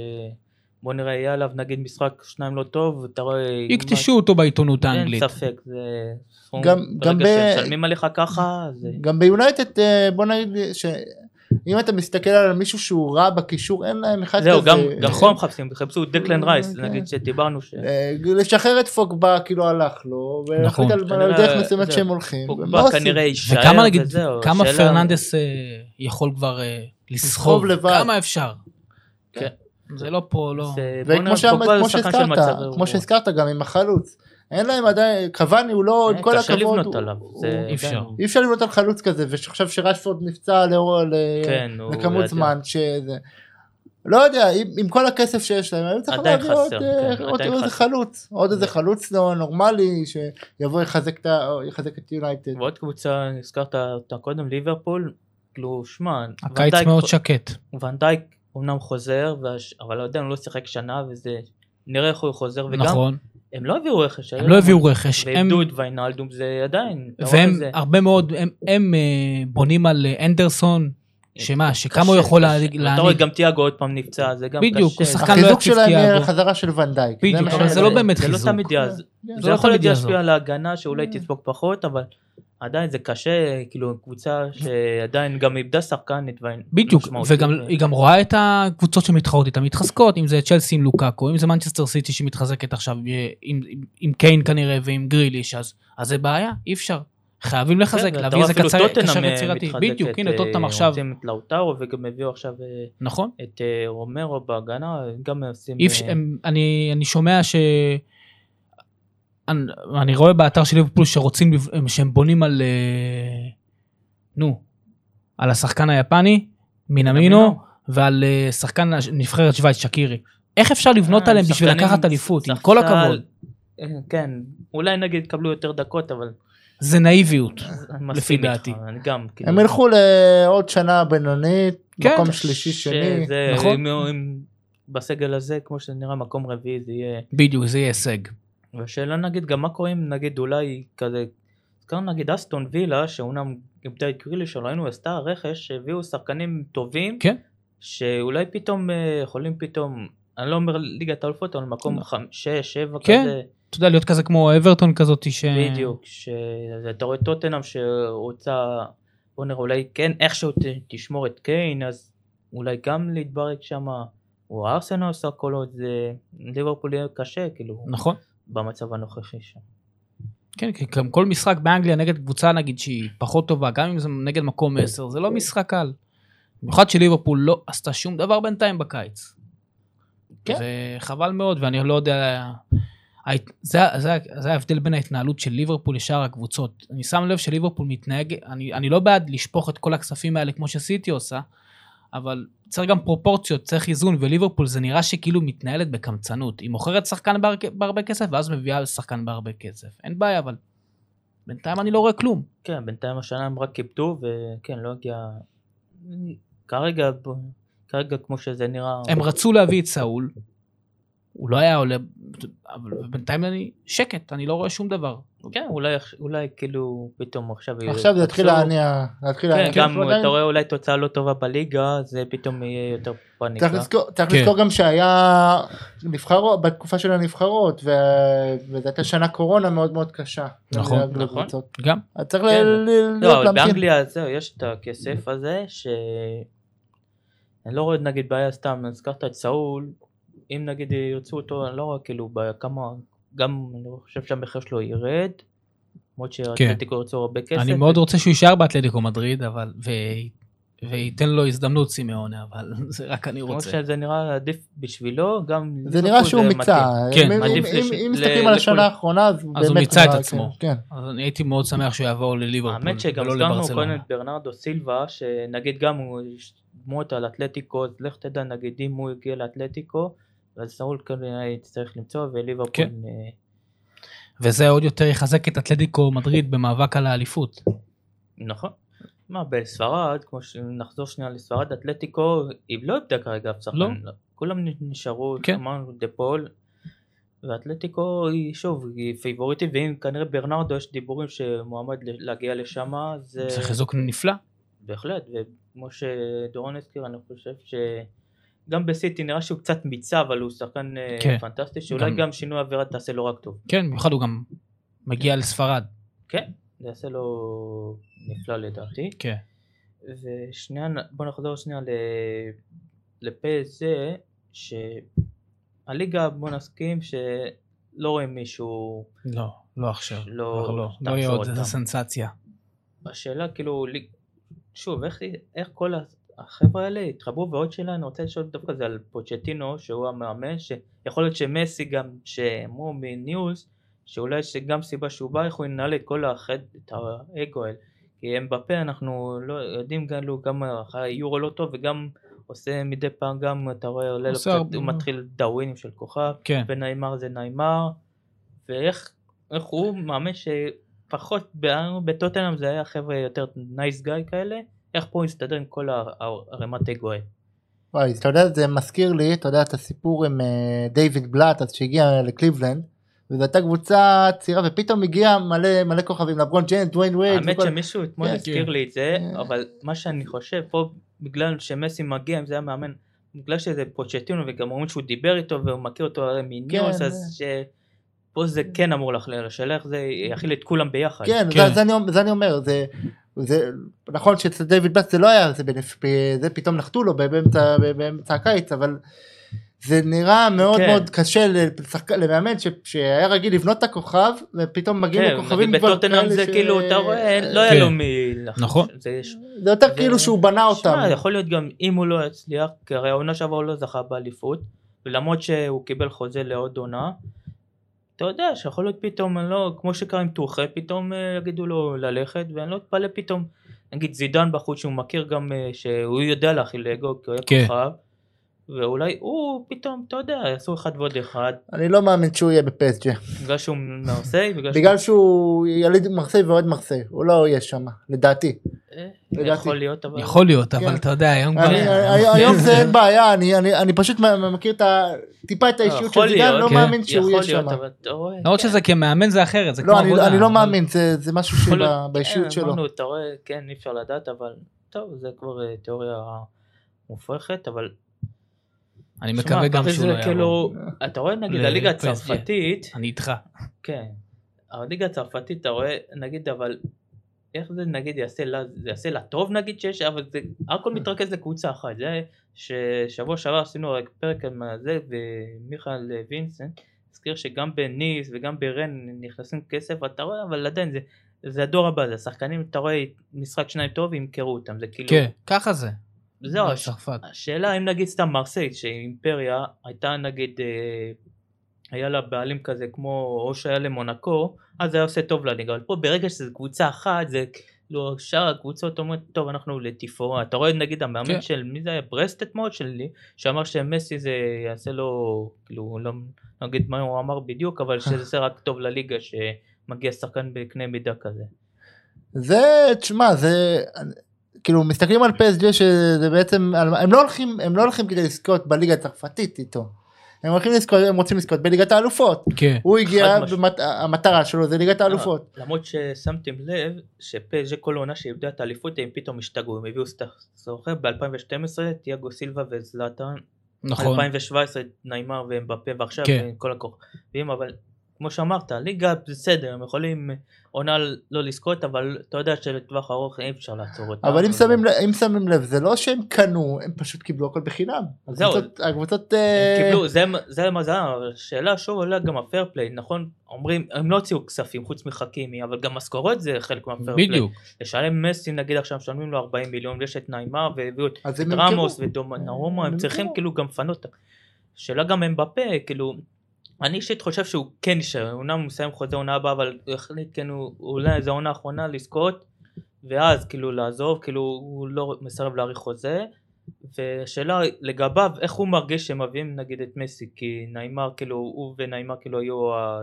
[SPEAKER 2] בוא נראה, יהיה עליו נגיד משחק שניים לא טוב, אתה רואה...
[SPEAKER 4] יקטשו אותו בעיתונות
[SPEAKER 2] מה-
[SPEAKER 4] האנגלית.
[SPEAKER 2] אין ספק, זה... סכום-
[SPEAKER 3] גם- גם ב-
[SPEAKER 2] ברגע שמשלמים עליך ככה, זה...
[SPEAKER 3] גם ביונייטד אה, בוא נגיד שאם אתה מסתכל על מישהו שהוא רע בקישור אין להם אחד
[SPEAKER 2] זהו,
[SPEAKER 3] כזה.
[SPEAKER 2] גם גם
[SPEAKER 3] נכון.
[SPEAKER 2] פה הם מחפשים, חיפשו את דקלן רייס,
[SPEAKER 3] כן.
[SPEAKER 2] נגיד שדיברנו ש...
[SPEAKER 3] אה, לשחרר את פוגבה כאילו הלך לו, ולהחליט
[SPEAKER 4] נכון.
[SPEAKER 3] על על
[SPEAKER 2] כנראה,
[SPEAKER 3] דרך מסוימת
[SPEAKER 2] זהו,
[SPEAKER 3] שהם הולכים.
[SPEAKER 2] לא- פוגבה
[SPEAKER 3] ומה כן, עושים?
[SPEAKER 2] כנראה יישאר,
[SPEAKER 4] וכמה נגיד,
[SPEAKER 2] וזהו,
[SPEAKER 4] כמה
[SPEAKER 2] שאלה-
[SPEAKER 4] פרננדס אה, יכול כבר אה,
[SPEAKER 3] לסחוב
[SPEAKER 4] לסחוב,
[SPEAKER 3] לבד.
[SPEAKER 4] כמה אפשר.
[SPEAKER 2] כן.
[SPEAKER 4] זה לא פה, לא.
[SPEAKER 2] זה- אה, בוא נראה,
[SPEAKER 3] וכמו שאמרת-
[SPEAKER 2] פוגבה זה
[SPEAKER 3] כמו
[SPEAKER 2] שחקן של
[SPEAKER 3] שהזכרת,
[SPEAKER 2] מצבי
[SPEAKER 3] כמו
[SPEAKER 2] רוח.
[SPEAKER 3] שהזכרת גם עם החלוץ. אין להם עדיין, קוואני הוא
[SPEAKER 4] אה,
[SPEAKER 3] לא, עם כל
[SPEAKER 2] קשה
[SPEAKER 3] הכבוד,
[SPEAKER 2] לבנות
[SPEAKER 3] הוא-
[SPEAKER 2] עליו,
[SPEAKER 3] הוא-
[SPEAKER 2] זה-
[SPEAKER 4] אי אפשר.
[SPEAKER 3] אי אפשר לבנות על חלוץ כזה, ועכשיו שרשפורד נפצע לאור, ל-
[SPEAKER 2] כן, הוא
[SPEAKER 3] לכמות
[SPEAKER 2] יודע.
[SPEAKER 3] זמן, שזה... לא יודע, עם, עם כל הכסף שיש להם, היו צריכים
[SPEAKER 2] עדיין
[SPEAKER 3] להביא עוד,
[SPEAKER 2] חסר,
[SPEAKER 3] אה,
[SPEAKER 2] כן,
[SPEAKER 3] עוד
[SPEAKER 2] עדיין
[SPEAKER 3] איזה
[SPEAKER 2] חסר.
[SPEAKER 3] חלוץ, עוד איזה
[SPEAKER 2] כן.
[SPEAKER 3] חלוץ לא נורמלי, שיבוא יחזק את ה- יחזק את יונייטד.
[SPEAKER 2] ועוד קבוצה, הזכרת אותה קודם, ליברפול, כאילו, שמע,
[SPEAKER 4] הקיץ
[SPEAKER 2] ונדייק-
[SPEAKER 4] מאוד שקט.
[SPEAKER 2] ונדייק אמנם חוזר, והש- אבל עדיין הוא לא שיחק שנה, וזה... נראה איך הוא חוזר, וגם
[SPEAKER 4] נכון.
[SPEAKER 2] הם לא הביאו רכש,
[SPEAKER 4] הם לא הביאו רכש. הם-
[SPEAKER 2] ואיבדו את ויינלדום, זה עדיין, לא אתה רואה
[SPEAKER 4] והם
[SPEAKER 2] את זה.
[SPEAKER 4] הרבה מאוד, הם- הם אה, בונים על אה, אנדרסון, שמה, שכמה הוא
[SPEAKER 2] קשה,
[SPEAKER 4] יכול
[SPEAKER 2] קשה.
[SPEAKER 4] להעניק.
[SPEAKER 2] אתה רואה, גם תיאגו עוד פעם נפצע, זה גם קשה.
[SPEAKER 4] בדיוק, הוא שחקן- לא
[SPEAKER 3] החיזוק
[SPEAKER 4] יציב
[SPEAKER 3] שלהם יהיה
[SPEAKER 4] תיאגו.
[SPEAKER 3] החזרה של ונדייק.
[SPEAKER 4] בדיוק,
[SPEAKER 3] מה
[SPEAKER 4] אבל
[SPEAKER 3] ש-
[SPEAKER 4] זה לא באמת
[SPEAKER 2] זה
[SPEAKER 4] חיזוק.
[SPEAKER 2] לא תמיד יעזור.
[SPEAKER 3] כן.
[SPEAKER 4] זה
[SPEAKER 2] זה
[SPEAKER 4] לא
[SPEAKER 2] יכול להיות
[SPEAKER 4] תמיד יעזור.
[SPEAKER 2] להשפיע על ההגנה, שאולי
[SPEAKER 3] Mm.
[SPEAKER 2] תדפוק פחות, אבל עדיין זה קשה, כאילו קבוצה שעדיין גם איבדה שחקן את ויין.
[SPEAKER 4] בדיוק,
[SPEAKER 2] משמעותי.
[SPEAKER 4] וגם היא גם רואה את הקבוצות שמתחרות איתה, מתחזקות, אם זה צ'לסי עם לוקאקו, אם זה מנצ'סטר סיטי שמתחזקת עכשיו אה, עם, עם, עם קיין כנראה ועם גריליש, אז, אז זה בעיה, אי אפשר. חייבים לחזק,
[SPEAKER 2] כן,
[SPEAKER 4] להביא איזה
[SPEAKER 2] ואתה רואה
[SPEAKER 4] קצר,
[SPEAKER 2] אפילו
[SPEAKER 4] קשר
[SPEAKER 2] טוטנהאם, אה,
[SPEAKER 4] יצירתי.
[SPEAKER 2] מתחזקת,
[SPEAKER 4] בדיוק, הנה
[SPEAKER 2] אה,
[SPEAKER 4] טוטנאם עכשיו,
[SPEAKER 2] רוצים את לאוטרו וגם הביאו עכשיו אה,
[SPEAKER 4] נכון?
[SPEAKER 2] את אה, רומרו בהגנה, גם עושים...
[SPEAKER 4] אי אפשר-
[SPEAKER 2] אה,
[SPEAKER 4] הם- אני אני שומע ש... אני, אני רואה באתר של ליברפול שרוצים, לב- הם- שהם בונים על... אה, נו, על השחקן היפני, מינמינו, ועל אה, שחקן הש- נבחרת שווייץ, שקירי. איך אפשר לא לבנות
[SPEAKER 2] אה,
[SPEAKER 4] עליהם בשביל
[SPEAKER 2] שחקנים-
[SPEAKER 4] לקחת אליפות, עם
[SPEAKER 2] ספסל,
[SPEAKER 4] כל הכבוד?
[SPEAKER 2] אה, כן, אולי נגיד יקבלו יותר דקות, אבל
[SPEAKER 4] זה נאיביות.
[SPEAKER 2] אני מסכים איתך,
[SPEAKER 4] דעתי.
[SPEAKER 2] אני גם, כאילו,
[SPEAKER 3] הם ילכו לעוד שנה בינונית,
[SPEAKER 4] כן.
[SPEAKER 3] מקום שלישי שני.
[SPEAKER 2] שזה,
[SPEAKER 4] נכון.
[SPEAKER 2] אם- אם בסגל הזה, כמו שזה נראה, מקום רביעי זה יהיה...
[SPEAKER 4] בדיוק, זה יהיה הישג.
[SPEAKER 2] והשאלה נגיד גם מה קורה אם נגיד אולי כזה, הזכרנו נגיד אסטון וילה שאומנם איבדה את גרילי שלו, היינו עשתה רכש שהביאו שחקנים טובים,
[SPEAKER 4] כן.
[SPEAKER 2] שאולי פתאום אה, יכולים פתאום, אני לא אומר ליגת האלופות, אבל מקום
[SPEAKER 4] לא.
[SPEAKER 2] חמ- שש, שבע
[SPEAKER 4] כן.
[SPEAKER 2] כזה,
[SPEAKER 4] אתה יודע, להיות כזה כמו אברטון כזאת, ש...
[SPEAKER 2] בדיוק, שאתה רואה טוטנאם שרוצה, בוא נראה אולי כן, איכשהו ת- תשמור את קיין, אז אולי גם להתברג שם, או ארסנל עושה כל עוד זה, ליברפול יהיה קשה, כאילו,
[SPEAKER 4] נכון.
[SPEAKER 2] במצב הנוכחי שם.
[SPEAKER 4] כן, כי גם כל משחק באנגליה נגד קבוצה, נגיד, שהיא פחות טובה, גם אם זה נגד מקום 10, זה לא משחק קל. במיוחד שליברפול לא עשתה שום דבר בינתיים בקיץ.
[SPEAKER 3] כן.
[SPEAKER 4] זה חבל מאוד, ואני לא יודע... ההת- זה, זה, זה ההבדל בין ההתנהלות של ליברפול לשאר הקבוצות. אני שם לב שליברפול מתנהג, אני, אני לא בעד לשפוך את כל הכספים האלה כמו שסיטי עושה, אבל צריך גם פרופורציות, צריך איזון, וליברפול זה נראה שכאילו מתנהלת בקמצנות. היא מוכרת שחקן בהר- בהרבה כסף, ואז מביאה שחקן בהרבה כסף. אין בעיה, אבל בינתיים אני לא רואה כלום.
[SPEAKER 2] כן, בינתיים השנה הם רק קיפדו, וכן, לא הגיע... כרגע, כרגע כמו שזה נראה...
[SPEAKER 4] הם רצו להביא את סאול, הוא לא היה עולה, אבל בינתיים אני שקט, אני לא רואה שום דבר.
[SPEAKER 2] כן, אולי, אולי כאילו פתאום עכשיו...
[SPEAKER 3] עכשיו זה יתחיל
[SPEAKER 2] יחשבו-
[SPEAKER 3] להניע, להתחיל
[SPEAKER 2] כן,
[SPEAKER 3] להניע.
[SPEAKER 2] גם
[SPEAKER 3] אנחנו עדיין-
[SPEAKER 2] אתה רואה אולי תוצאה לא טובה בליגה, זה פתאום יהיה יותר פאניקה.
[SPEAKER 3] צריך לזכור, צריך
[SPEAKER 4] כן.
[SPEAKER 3] לזכור גם שהיה נבחרות, בתקופה של הנבחרות, ו- וזו הייתה שנה קורונה מאוד מאוד קשה.
[SPEAKER 4] נכון,
[SPEAKER 3] לגבי
[SPEAKER 2] נכון.
[SPEAKER 3] הקבוצות.
[SPEAKER 4] גם.
[SPEAKER 3] אז צריך
[SPEAKER 2] כן.
[SPEAKER 3] ל- ל-
[SPEAKER 2] לא,
[SPEAKER 3] להיות
[SPEAKER 2] אבל
[SPEAKER 3] להמתין.
[SPEAKER 2] באנגליה זהו, יש את הכסף הזה, ש... אני לא רואה נגיד בעיה סתם, הזכרת את סאול, אם נגיד ירצו אותו, אני לא רואה כאילו בכמה, גם אני חושב שהמחיר שלו ירד, למרות שהאתלטיקו ירצו הרבה כסף.
[SPEAKER 4] כן. אני מאוד רוצה שהוא יישאר באתלטיקו מדריד, אבל... ו- וייתן לו הזדמנות סימאונה, אבל [LAUGHS] זה רק אני
[SPEAKER 2] כמו
[SPEAKER 4] רוצה.
[SPEAKER 2] שזה נראה עדיף בשבילו, גם...
[SPEAKER 3] זה
[SPEAKER 2] ליברפול
[SPEAKER 3] נראה שהוא מיצה.
[SPEAKER 2] מתאים.
[SPEAKER 4] כן,
[SPEAKER 3] אם- אם-
[SPEAKER 2] מעדיף
[SPEAKER 3] אם-
[SPEAKER 2] לש-
[SPEAKER 3] אם
[SPEAKER 2] ל-
[SPEAKER 3] מסתכלים על השנה
[SPEAKER 2] לכולם.
[SPEAKER 3] האחרונה, אז הוא
[SPEAKER 4] אז הוא
[SPEAKER 3] באמת
[SPEAKER 4] מיצה את
[SPEAKER 3] נראה,
[SPEAKER 4] עצמו.
[SPEAKER 3] כן, כן.
[SPEAKER 4] אז אני הייתי מאוד שמח שהוא יעבור לליברפול,
[SPEAKER 2] האמת שגם
[SPEAKER 4] ולא
[SPEAKER 2] הזכרנו קודם
[SPEAKER 4] לברצלונה.
[SPEAKER 2] את ברנרדו סילבה, שנגיד גם הוא דמות על אתלטיקו, אז לך תדע נגיד אם הוא יגיע לאתלטיקו, אז סאול כנראה יצטרך למצוא, וליברפול...
[SPEAKER 4] כן.
[SPEAKER 2] אה,
[SPEAKER 4] וזה עוד יותר יחזק את אתלטיקו מדריד במאבק על האליפות.
[SPEAKER 2] נכון. מה, בספרד, כמו שנחזור שנייה לספרד, אתלטיקו, היא לא איבדה כרגע אף שחקן.
[SPEAKER 4] לא.
[SPEAKER 2] כולם נ- נשארו,
[SPEAKER 4] כן.
[SPEAKER 2] אמרנו דה פול, ואתלטיקו היא שוב היא פייבוריטית ואם כנראה ברנרדו יש דיבורים שמועמד ל- להגיע לשם זה
[SPEAKER 4] זה חיזוק נפלא.
[SPEAKER 2] בהחלט וכמו שדורון הזכיר אני חושב שגם בסיטי נראה שהוא קצת מיצה אבל הוא שחקן אה,
[SPEAKER 4] כן.
[SPEAKER 2] פנטסטי שאולי
[SPEAKER 4] גם-
[SPEAKER 2] גם, שינוי אווירה תעשה לו רק טוב
[SPEAKER 4] כן, במיוחד הוא גם מגיע לספרד.
[SPEAKER 2] כן זה יעשה לו נפלא לדעתי
[SPEAKER 4] כן.
[SPEAKER 2] ושנייה בוא נחזור שנייה ל- לפ"ס זה שהליגה בוא נסכים שלא רואים מישהו
[SPEAKER 4] לא, לא עכשיו.
[SPEAKER 2] לא,
[SPEAKER 4] לא, לא, לא
[SPEAKER 2] תעצור
[SPEAKER 4] יהיה עוד
[SPEAKER 2] אותם.
[SPEAKER 4] איזה סנסציה.
[SPEAKER 2] השאלה כאילו, לי- שוב, איך, איך כל ה- החבר'ה האלה התחברו, ועוד שאלה אני רוצה לשאול דווקא זה על פוצ'טינו, שהוא המאמן, שיכול להיות שמסי גם, שאמרו מניוז, שאולי שגם סיבה שהוא בא, איך הוא ינהל את כל החד... את האגו האלה. כי אמבפה אנחנו לא יודעים גם לו, גם אחרי היורו לא טוב, וגם עושה מדי פעם גם, אתה רואה, עולה לו
[SPEAKER 4] עושה
[SPEAKER 2] קצת,
[SPEAKER 4] הרבה- אה.
[SPEAKER 2] הוא מתחיל דאווינים של כוכב.
[SPEAKER 4] כן.
[SPEAKER 2] ונעימר זה נעימר, ואיך איך הוא מאמן שפחות ב- בטוטנאם זה היה חבר'ה יותר נייס גאי כאלה, איך פה הוא הסתדר עם כל הר- הר- ערימת אגו האלה.
[SPEAKER 3] וואי, אתה יודע, זה מזכיר לי, אתה יודע, את הסיפור עם אה, דיוויד בלאט, אז שהגיע לקליבלנד, וזו הייתה קבוצה צעירה, ופתאום הגיע מלא מלא כוכבים, לברון ג'יינט, דוויין וייד,
[SPEAKER 2] האמת
[SPEAKER 3] וכל-
[SPEAKER 2] שמישהו אתמול
[SPEAKER 3] כן,
[SPEAKER 4] כן.
[SPEAKER 2] הזכיר לי את זה,
[SPEAKER 3] אה.
[SPEAKER 2] אבל מה שאני חושב פה, בגלל שמסי מגיע, אם זה היה מאמן, בגלל שזה פוצ'טינו וגם אומרים שהוא דיבר איתו והוא מכיר אותו הרי מניוס,
[SPEAKER 3] כן,
[SPEAKER 2] אז ש... פה זה כן אמור להכליל, השאלה איך זה יכיל את כולם ביחד.
[SPEAKER 3] כן,
[SPEAKER 4] כן.
[SPEAKER 3] זה- זה אני אומר- זה אני אומר, זה... זה נכון שאצל דיוויד בלאט זה לא היה זה בנפ... זה פתאום נחתו לו באמצע, באמצע הקיץ אבל זה נראה מאוד
[SPEAKER 2] כן.
[SPEAKER 3] מאוד קשה לשחק... למאמן ש... שהיה רגיל לבנות את הכוכב ופתאום מגיעים
[SPEAKER 2] כן,
[SPEAKER 3] לו כוכבים
[SPEAKER 2] נגיד
[SPEAKER 3] כבר
[SPEAKER 2] בטוטנאם
[SPEAKER 3] כאלה
[SPEAKER 2] זה
[SPEAKER 3] ש-
[SPEAKER 2] כאילו, אתה רואה, לא
[SPEAKER 4] כן.
[SPEAKER 2] היה לו מי... לחשוב.
[SPEAKER 4] נכון.
[SPEAKER 2] זה ש-
[SPEAKER 3] זה יותר
[SPEAKER 2] זה-
[SPEAKER 3] כאילו שהוא בנה אותם.
[SPEAKER 2] שמע, יכול להיות גם אם הוא לא יצליח, כי הרי העונה שעברה הוא לא זכה באליפות, ולמרות שהוא קיבל חוזה לעוד עונה, אתה יודע שיכול להיות פתאום, אני לא, כמו שקרה עם טוחי, פתאום אה, יגידו לו ללכת, ואני לא אתפלא פתאום, נגיד זידן בחוץ שהוא מכיר גם, אה, שהוא יודע להכיל אגו, כי הוא
[SPEAKER 4] כן.
[SPEAKER 2] היה כוכב, ואולי הוא פתאום, אתה יודע, יעשו אחד ועוד אחד,
[SPEAKER 3] אני לא מאמין שהוא יהיה בפסג'ה.
[SPEAKER 2] בגלל שהוא מעושה, בגלל שהוא...
[SPEAKER 3] בגלל שהוא יליד מרסיי ואוהד מרסיי. הוא לא יהיה שם, לדעתי.
[SPEAKER 2] אה, יכול להיות, אבל...
[SPEAKER 4] יכול להיות,
[SPEAKER 3] כן.
[SPEAKER 4] אבל אתה יודע, היום כבר...
[SPEAKER 3] אני-
[SPEAKER 4] כן.
[SPEAKER 3] אני- היום זה אין בעיה, אני- אני אני פשוט מ- מכיר את ה... טיפה את האישיות של
[SPEAKER 2] יכול
[SPEAKER 3] זידן,
[SPEAKER 2] להיות,
[SPEAKER 3] לא
[SPEAKER 4] כן.
[SPEAKER 3] מאמין שהוא יהיה
[SPEAKER 2] יכול
[SPEAKER 3] שם.
[SPEAKER 2] להיות, אבל כן. אתה רואה...
[SPEAKER 4] למרות לא שזה כמאמן זה אחרת, זה כמו
[SPEAKER 3] לא, אני-
[SPEAKER 4] עבודה.
[SPEAKER 3] אני לא
[SPEAKER 4] אבל-
[SPEAKER 3] מאמין, זה זה משהו
[SPEAKER 2] יכול
[SPEAKER 3] שב-
[SPEAKER 2] להיות,
[SPEAKER 3] באישיות
[SPEAKER 2] כן,
[SPEAKER 3] שלו.
[SPEAKER 2] אמרנו, אתה רואה, כן, אי אפשר לדעת, אבל טוב, זה כבר אה, תיאוריה מופרכת, אבל...
[SPEAKER 4] אני
[SPEAKER 2] שמע,
[SPEAKER 4] מקווה גם
[SPEAKER 2] אבל
[SPEAKER 4] שהוא
[SPEAKER 2] זה
[SPEAKER 4] לא יעבור.
[SPEAKER 2] כאילו, אתה רואה, נגיד,
[SPEAKER 4] ל-
[SPEAKER 2] הליגה
[SPEAKER 4] PSG.
[SPEAKER 2] הצרפתית,
[SPEAKER 4] אני איתך.
[SPEAKER 2] כן, הליגה הצרפתית, אתה רואה, נגיד, אבל... איך זה נגיד יעשה לה, זה יעשה לה טוב נגיד שיש, אבל זה הכל מתרכז לקבוצה אחת, זה ששבוע שעבר עשינו רק פרק עם זה ומיכאל אה, וינסנט הזכיר שגם בניס וגם ברן נכנסים כסף, אתה רואה, אבל עדיין זה, זה הדור הבא, זה השחקנים, אתה רואה משחק שניים טוב ימכרו אותם, זה כאילו,
[SPEAKER 4] כן, נכון. ככה זה. לא
[SPEAKER 2] זהו, הש-
[SPEAKER 4] צרפת.
[SPEAKER 2] השאלה אם נגיד סתם מרסיי שאימפריה הייתה נגיד אה, היה לה בעלים כזה כמו או שהיה למונקו אז זה היה עושה טוב לליגה אבל פה ברגע שזה קבוצה אחת זה כאילו שאר הקבוצות אומרות טוב אנחנו לתפאורה אתה רואה נגיד המאמן
[SPEAKER 4] כן.
[SPEAKER 2] של מי זה היה ברסט אתמול שלי שאמר שמסי זה יעשה לו כאילו לא לא נגיד מה הוא אמר בדיוק אבל שזה יעשה רק טוב לליגה שמגיע שחקן בקנה מידה כזה
[SPEAKER 3] זה, תשמע, זה... כאילו מסתכלים על פסג'ה שזה בעצם על- הם לא הולכים הם לא הולכים כדי לזכות בליגה הצרפתית איתו הם הולכים לזכות הם רוצים לזכות בליגת האלופות
[SPEAKER 4] כן.
[SPEAKER 3] הוא הגיע
[SPEAKER 2] משמעית. אה,
[SPEAKER 3] במת- המטרה שלו זה ליגת האלופות
[SPEAKER 2] למרות ששמתם לב שפז'ה כל עונה שאיבדה את האליפות הם פתאום השתגעו הם הביאו סוחר ב-2012 תיאגו סילבה וזלאטן
[SPEAKER 4] נכון.
[SPEAKER 2] 2017 נעימר ומבפה ועכשיו
[SPEAKER 4] כן.
[SPEAKER 2] כל הכוכבים אבל כמו שאמרת ליגה בסדר הם יכולים עונה לא לזכות אבל אתה יודע שלטווח ארוך אי אפשר לעצור אותם.
[SPEAKER 3] אבל אם שמים,
[SPEAKER 2] אה.
[SPEAKER 3] לב- אם שמים לב זה לא שהם קנו הם פשוט קיבלו הכל בחינם.
[SPEAKER 2] זהו.
[SPEAKER 3] הקבוצות, הקבוצות
[SPEAKER 2] הם
[SPEAKER 3] אה,
[SPEAKER 2] קיבלו, זה, זה מזל, אבל השאלה שוב עולה גם הפייר פליי, נכון? אומרים, הם לא הוציאו כספים חוץ מחכימי, אבל גם משכורות זה חלק מהפייר פליי.
[SPEAKER 4] בדיוק.
[SPEAKER 2] לשלם מסי נגיד עכשיו משלמים לו 40 מיליון ויש את נעימה והביאו את
[SPEAKER 3] אז הם ימכרו.
[SPEAKER 2] רמוס ודומנרומה
[SPEAKER 3] הם
[SPEAKER 2] הם צריכים
[SPEAKER 3] ימכרו.
[SPEAKER 2] כאילו גם לפנות שאלה גם אמבפה כאילו אני אישית חושב שהוא כן יישאר אומנם הוא מסיים חוזה עונה הבאה אבל הוא החליט כן הוא אולי זו העונה האחרונה לזכות ואז כאילו לעזוב כאילו הוא לא מסרב להאריך חוזה והשאלה לגביו איך הוא מרגיש שהם מביאים נגיד את מסי כי נעימר כאילו הוא ונעימר כאילו היו ה...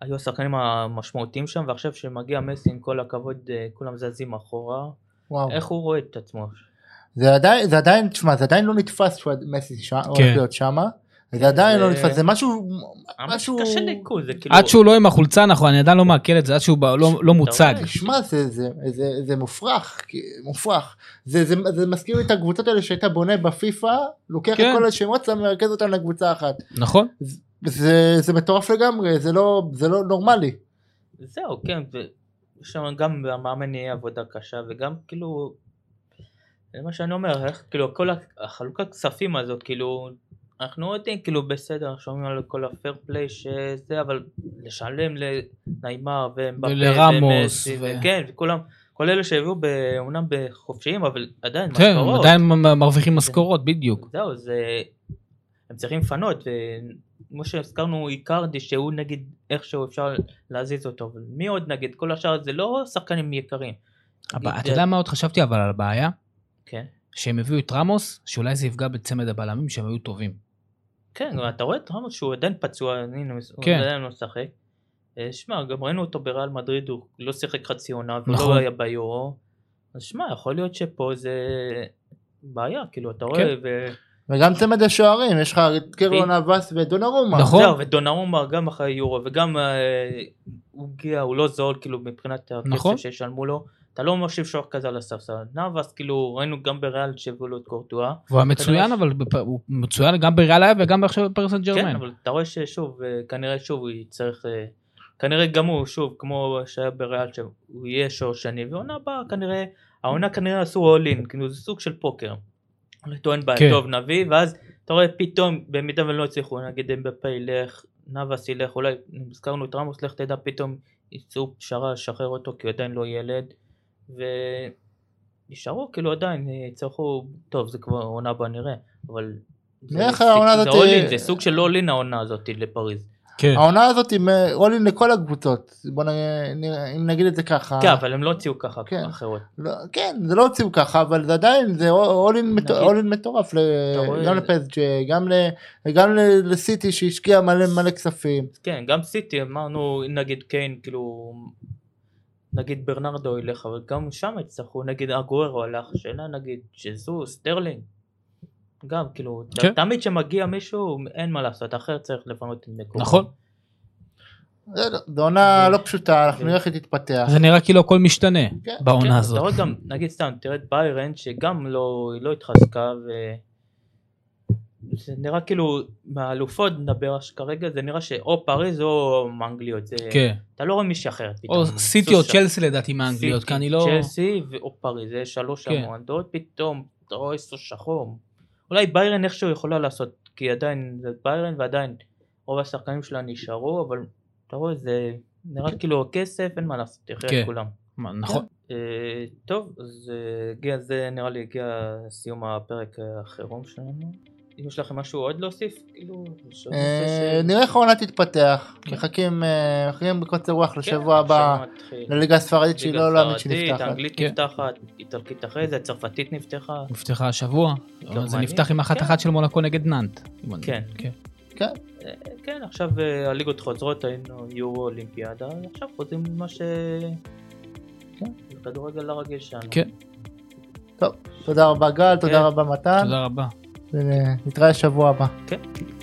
[SPEAKER 2] היו השחקנים המשמעותיים שם ועכשיו שמגיע מסי עם כל הכבוד אה, כולם זזים אחורה
[SPEAKER 3] וואו.
[SPEAKER 2] איך הוא רואה את עצמו
[SPEAKER 4] כן.
[SPEAKER 3] זה עדיין זה עדיין תשמע זה עדיין לא נתפס שהוא מסי שם הולך להיות שמה. זה עדיין לא
[SPEAKER 2] זה-
[SPEAKER 3] נתפס, זה משהו,
[SPEAKER 2] משהו...
[SPEAKER 3] משהו,
[SPEAKER 2] אה, קשה ליכוז, זה כאילו...
[SPEAKER 4] עד שהוא לא עם החולצה נכון אני עדיין לא מעכל את זה עד שהוא בא- לא- לא מוצג.
[SPEAKER 2] רואה?
[SPEAKER 3] שמע זה, זה, זה, זה מופרך, כי- מופרך, זה, זה, זה מזכיר לי את הקבוצות האלה שהיית בונה בפיפא, לוקח
[SPEAKER 4] כן.
[SPEAKER 3] את כל השמות, שם מרכז אותם לקבוצה אחת,
[SPEAKER 4] נכון?
[SPEAKER 3] זה, זה מטורף לגמרי, זה לא, זה לא נורמלי,
[SPEAKER 2] זהו, כן, ו- יש שם גם המאמן יהיה עבודה קשה, וגם כאילו... זה מה שאני אומר, איך כאילו כל הח- החלוקת כספים הזאת, כאילו... אנחנו יודעים, כאילו בסדר, שומעים על כל הפייר פליי שזה, אבל לשלם לניימר ומבפה
[SPEAKER 4] ולרמוס,
[SPEAKER 2] ומסי,
[SPEAKER 4] ו-
[SPEAKER 2] וכן, וכולם, כל אלה שהביאו ב- אומנם בחופשיים, אבל עדיין,
[SPEAKER 4] כן, הם
[SPEAKER 2] משכורות.
[SPEAKER 4] עדיין מ- מ- מרוויחים משכורות בדיוק.
[SPEAKER 2] זהו, זה... הם צריכים לפנות, וכמו שהזכרנו איקרדי שהוא נגיד איכשהו אפשר להזיז אותו, אבל מי עוד נגיד? כל השאר זה לא שחקנים יקרים.
[SPEAKER 4] אבל
[SPEAKER 2] נגיד,
[SPEAKER 4] אתה יודע מה עוד חשבתי אבל על הבעיה?
[SPEAKER 2] כן.
[SPEAKER 4] שהם הביאו את רמוס שאולי זה יפגע בצמד הבלמים שהם היו טובים.
[SPEAKER 2] כן, אבל אתה רואה את רמוס שהוא עדיין פצוע, הנה, הוא
[SPEAKER 4] כן.
[SPEAKER 2] עדיין לא משחק. אה, שמע, גם ראינו אותו בריאל מדריד, הוא לא שיחק חצי עונה,
[SPEAKER 4] נכון.
[SPEAKER 2] ולא היה ביורו. אז שמע, יכול להיות שפה זה בעיה, כאילו, אתה רואה,
[SPEAKER 4] כן.
[SPEAKER 2] ו...
[SPEAKER 3] וגם צמד השוערים, יש לך את קרלון אבס ודונרומה,
[SPEAKER 4] נכון.
[SPEAKER 2] זהו, ודונרומה גם אחרי יורו, וגם אה, הוא הגיע, הוא לא זול, כאילו, מבחינת הכסף
[SPEAKER 4] נכון.
[SPEAKER 2] שישלמו לו. אתה לא מושיב שוח כזה על הספסל. נאבס, כאילו, ראינו גם בריאל שהביאו לו את קורטואה.
[SPEAKER 4] והוא היה מצוין
[SPEAKER 2] כנראה-
[SPEAKER 4] אבל בפ- הוא מצוין גם בריאל היה וגם עכשיו בפרס סן
[SPEAKER 2] כן,
[SPEAKER 4] ג'רמן.
[SPEAKER 2] אבל אתה רואה ששוב, אה, כנראה שוב הוא יצטרך... אה, כנראה גם הוא, שוב, כמו שהיה בריאל, שהוא יהיה שורשני, ועונה הבאה כנראה, העונה כנראה עשו אולין, כאילו זה סוג של פוקר. אני טוען בעיה,
[SPEAKER 4] כן.
[SPEAKER 2] טוב נביא, ואז אתה רואה פתאום, במידה ולא הצליחו, נגיד אמבפה ילך, נאבס ילך, אולי, הזכרנו את רמוס, לך תדע, פתאום יצאו פשרה לשחרר אותו, כי הוא עדיין לא ילד, ונשארו, כאילו עדיין, אה, יצטרכו, טוב, זה כבר עונה הבאה נראה, אבל... זה-
[SPEAKER 3] איך העונה
[SPEAKER 2] זה
[SPEAKER 3] הזאת- אה,
[SPEAKER 2] all in, זה סוג של אולין העונה הזאת לפריז.
[SPEAKER 4] כן.
[SPEAKER 3] העונה הזאת עם אה, אולין לכל הקבוצות, בוא נ- נראה, אם נגיד את זה ככה,
[SPEAKER 2] כן, אבל הם לא הוציאו ככה
[SPEAKER 3] אה, כן.
[SPEAKER 2] אחרות.
[SPEAKER 3] לא, כן, זה לא הוציאו ככה, אבל זה עדיין, זה אולין מט-
[SPEAKER 2] נגיד-
[SPEAKER 3] all in מטורף, ל-
[SPEAKER 2] אתה רואה-
[SPEAKER 3] גם לפסג' גם, ל- גם ל- לסיטי שהשקיע מלא מלא כספים.
[SPEAKER 2] כן, גם סיטי אמרנו, נגיד קיין, כאילו, נגיד ברנרדו ילך, אבל גם שם יצטרכו, נגיד אגוורו הלך, שאלה נגיד שזו, סטרלינג. גם, כאילו, ת-
[SPEAKER 4] כן.
[SPEAKER 2] תמיד כשמגיע מישהו, אין מה לעשות, אחר צריך לפנות את מקומו.
[SPEAKER 4] נכון.
[SPEAKER 3] זה לא- זו עונה
[SPEAKER 2] ו-
[SPEAKER 3] לא פשוטה, אנחנו
[SPEAKER 2] ו-
[SPEAKER 3] נראה איך היא תתפתח.
[SPEAKER 4] זה נראה כאילו הכל משתנה
[SPEAKER 3] כן,
[SPEAKER 2] כן,
[SPEAKER 4] בעונה
[SPEAKER 2] אתה
[SPEAKER 4] הזאת.
[SPEAKER 2] רואה גם, נגיד סתם, תראה את ביירן, שגם לא, היא לא התחזקה, ו... זה נראה כאילו, מהאלופות נדבר אש- כרגע, זה נראה שאו פריז או מאנגליות, זה...
[SPEAKER 4] כן.
[SPEAKER 2] אתה לא רואה מישהי אחרת. פתאום.
[SPEAKER 4] או סיטי או
[SPEAKER 2] סוסה.
[SPEAKER 4] צ'לסי לדעתי מהאנגליות,
[SPEAKER 2] אה, סיטי,
[SPEAKER 4] כי אני לא...
[SPEAKER 2] צ'לסי ו- או פריז, זה שלוש
[SPEAKER 4] כן.
[SPEAKER 2] המועדות, פתאום אתה רואה סוס שחור. אולי ביירן איכשהו יכולה לעשות, כי עדיין זה ביירן ועדיין רוב השחקנים שלה נשארו, אבל אתה רואה זה נראה כאילו כסף, אין מה לעשות, תחיה
[SPEAKER 4] כן.
[SPEAKER 2] את כולם.
[SPEAKER 4] מה, נכון.
[SPEAKER 2] אה, טוב, אז אה, הגיע זה נראה לי הגיע סיום הפרק אה, החירום שלנו. אם יש לכם משהו עוד להוסיף, כאילו, יש עוד
[SPEAKER 3] אה,
[SPEAKER 2] נושא ש-
[SPEAKER 3] נראה איך העונה תתפתח,
[SPEAKER 2] כן.
[SPEAKER 3] מחכים אה, מחכים בקוצר רוח
[SPEAKER 2] כן,
[SPEAKER 3] לשבוע הבא,
[SPEAKER 2] עכשיו מתחיל.
[SPEAKER 3] לליגה הספרדית שהיא
[SPEAKER 2] ליגה
[SPEAKER 3] לא להאמין
[SPEAKER 2] ספרדית,
[SPEAKER 3] שנפתחת.
[SPEAKER 2] אנגלית
[SPEAKER 4] כן.
[SPEAKER 2] נפתחת, איטלקית אחרי זה, צרפתית נפתחה.
[SPEAKER 4] נפתחה השבוע.
[SPEAKER 2] גרמניה.
[SPEAKER 4] זה נפתח עם אחת
[SPEAKER 2] לא, כן.
[SPEAKER 4] אחת של מונקו נגד נאנט. אם אני-
[SPEAKER 2] כן.
[SPEAKER 3] כן,
[SPEAKER 2] אה, כן, עכשיו אה, הליגות חוזרות, היינו יורו אולימפיאדה, עכשיו חוזרים למה ש...
[SPEAKER 3] כן.
[SPEAKER 2] לכדורגל הרגיל שלנו.
[SPEAKER 4] כן.
[SPEAKER 3] טוב, תודה רבה גל,
[SPEAKER 2] כן.
[SPEAKER 3] תודה רבה מתן,
[SPEAKER 4] תודה רבה.
[SPEAKER 3] ונתראה שבוע הבא.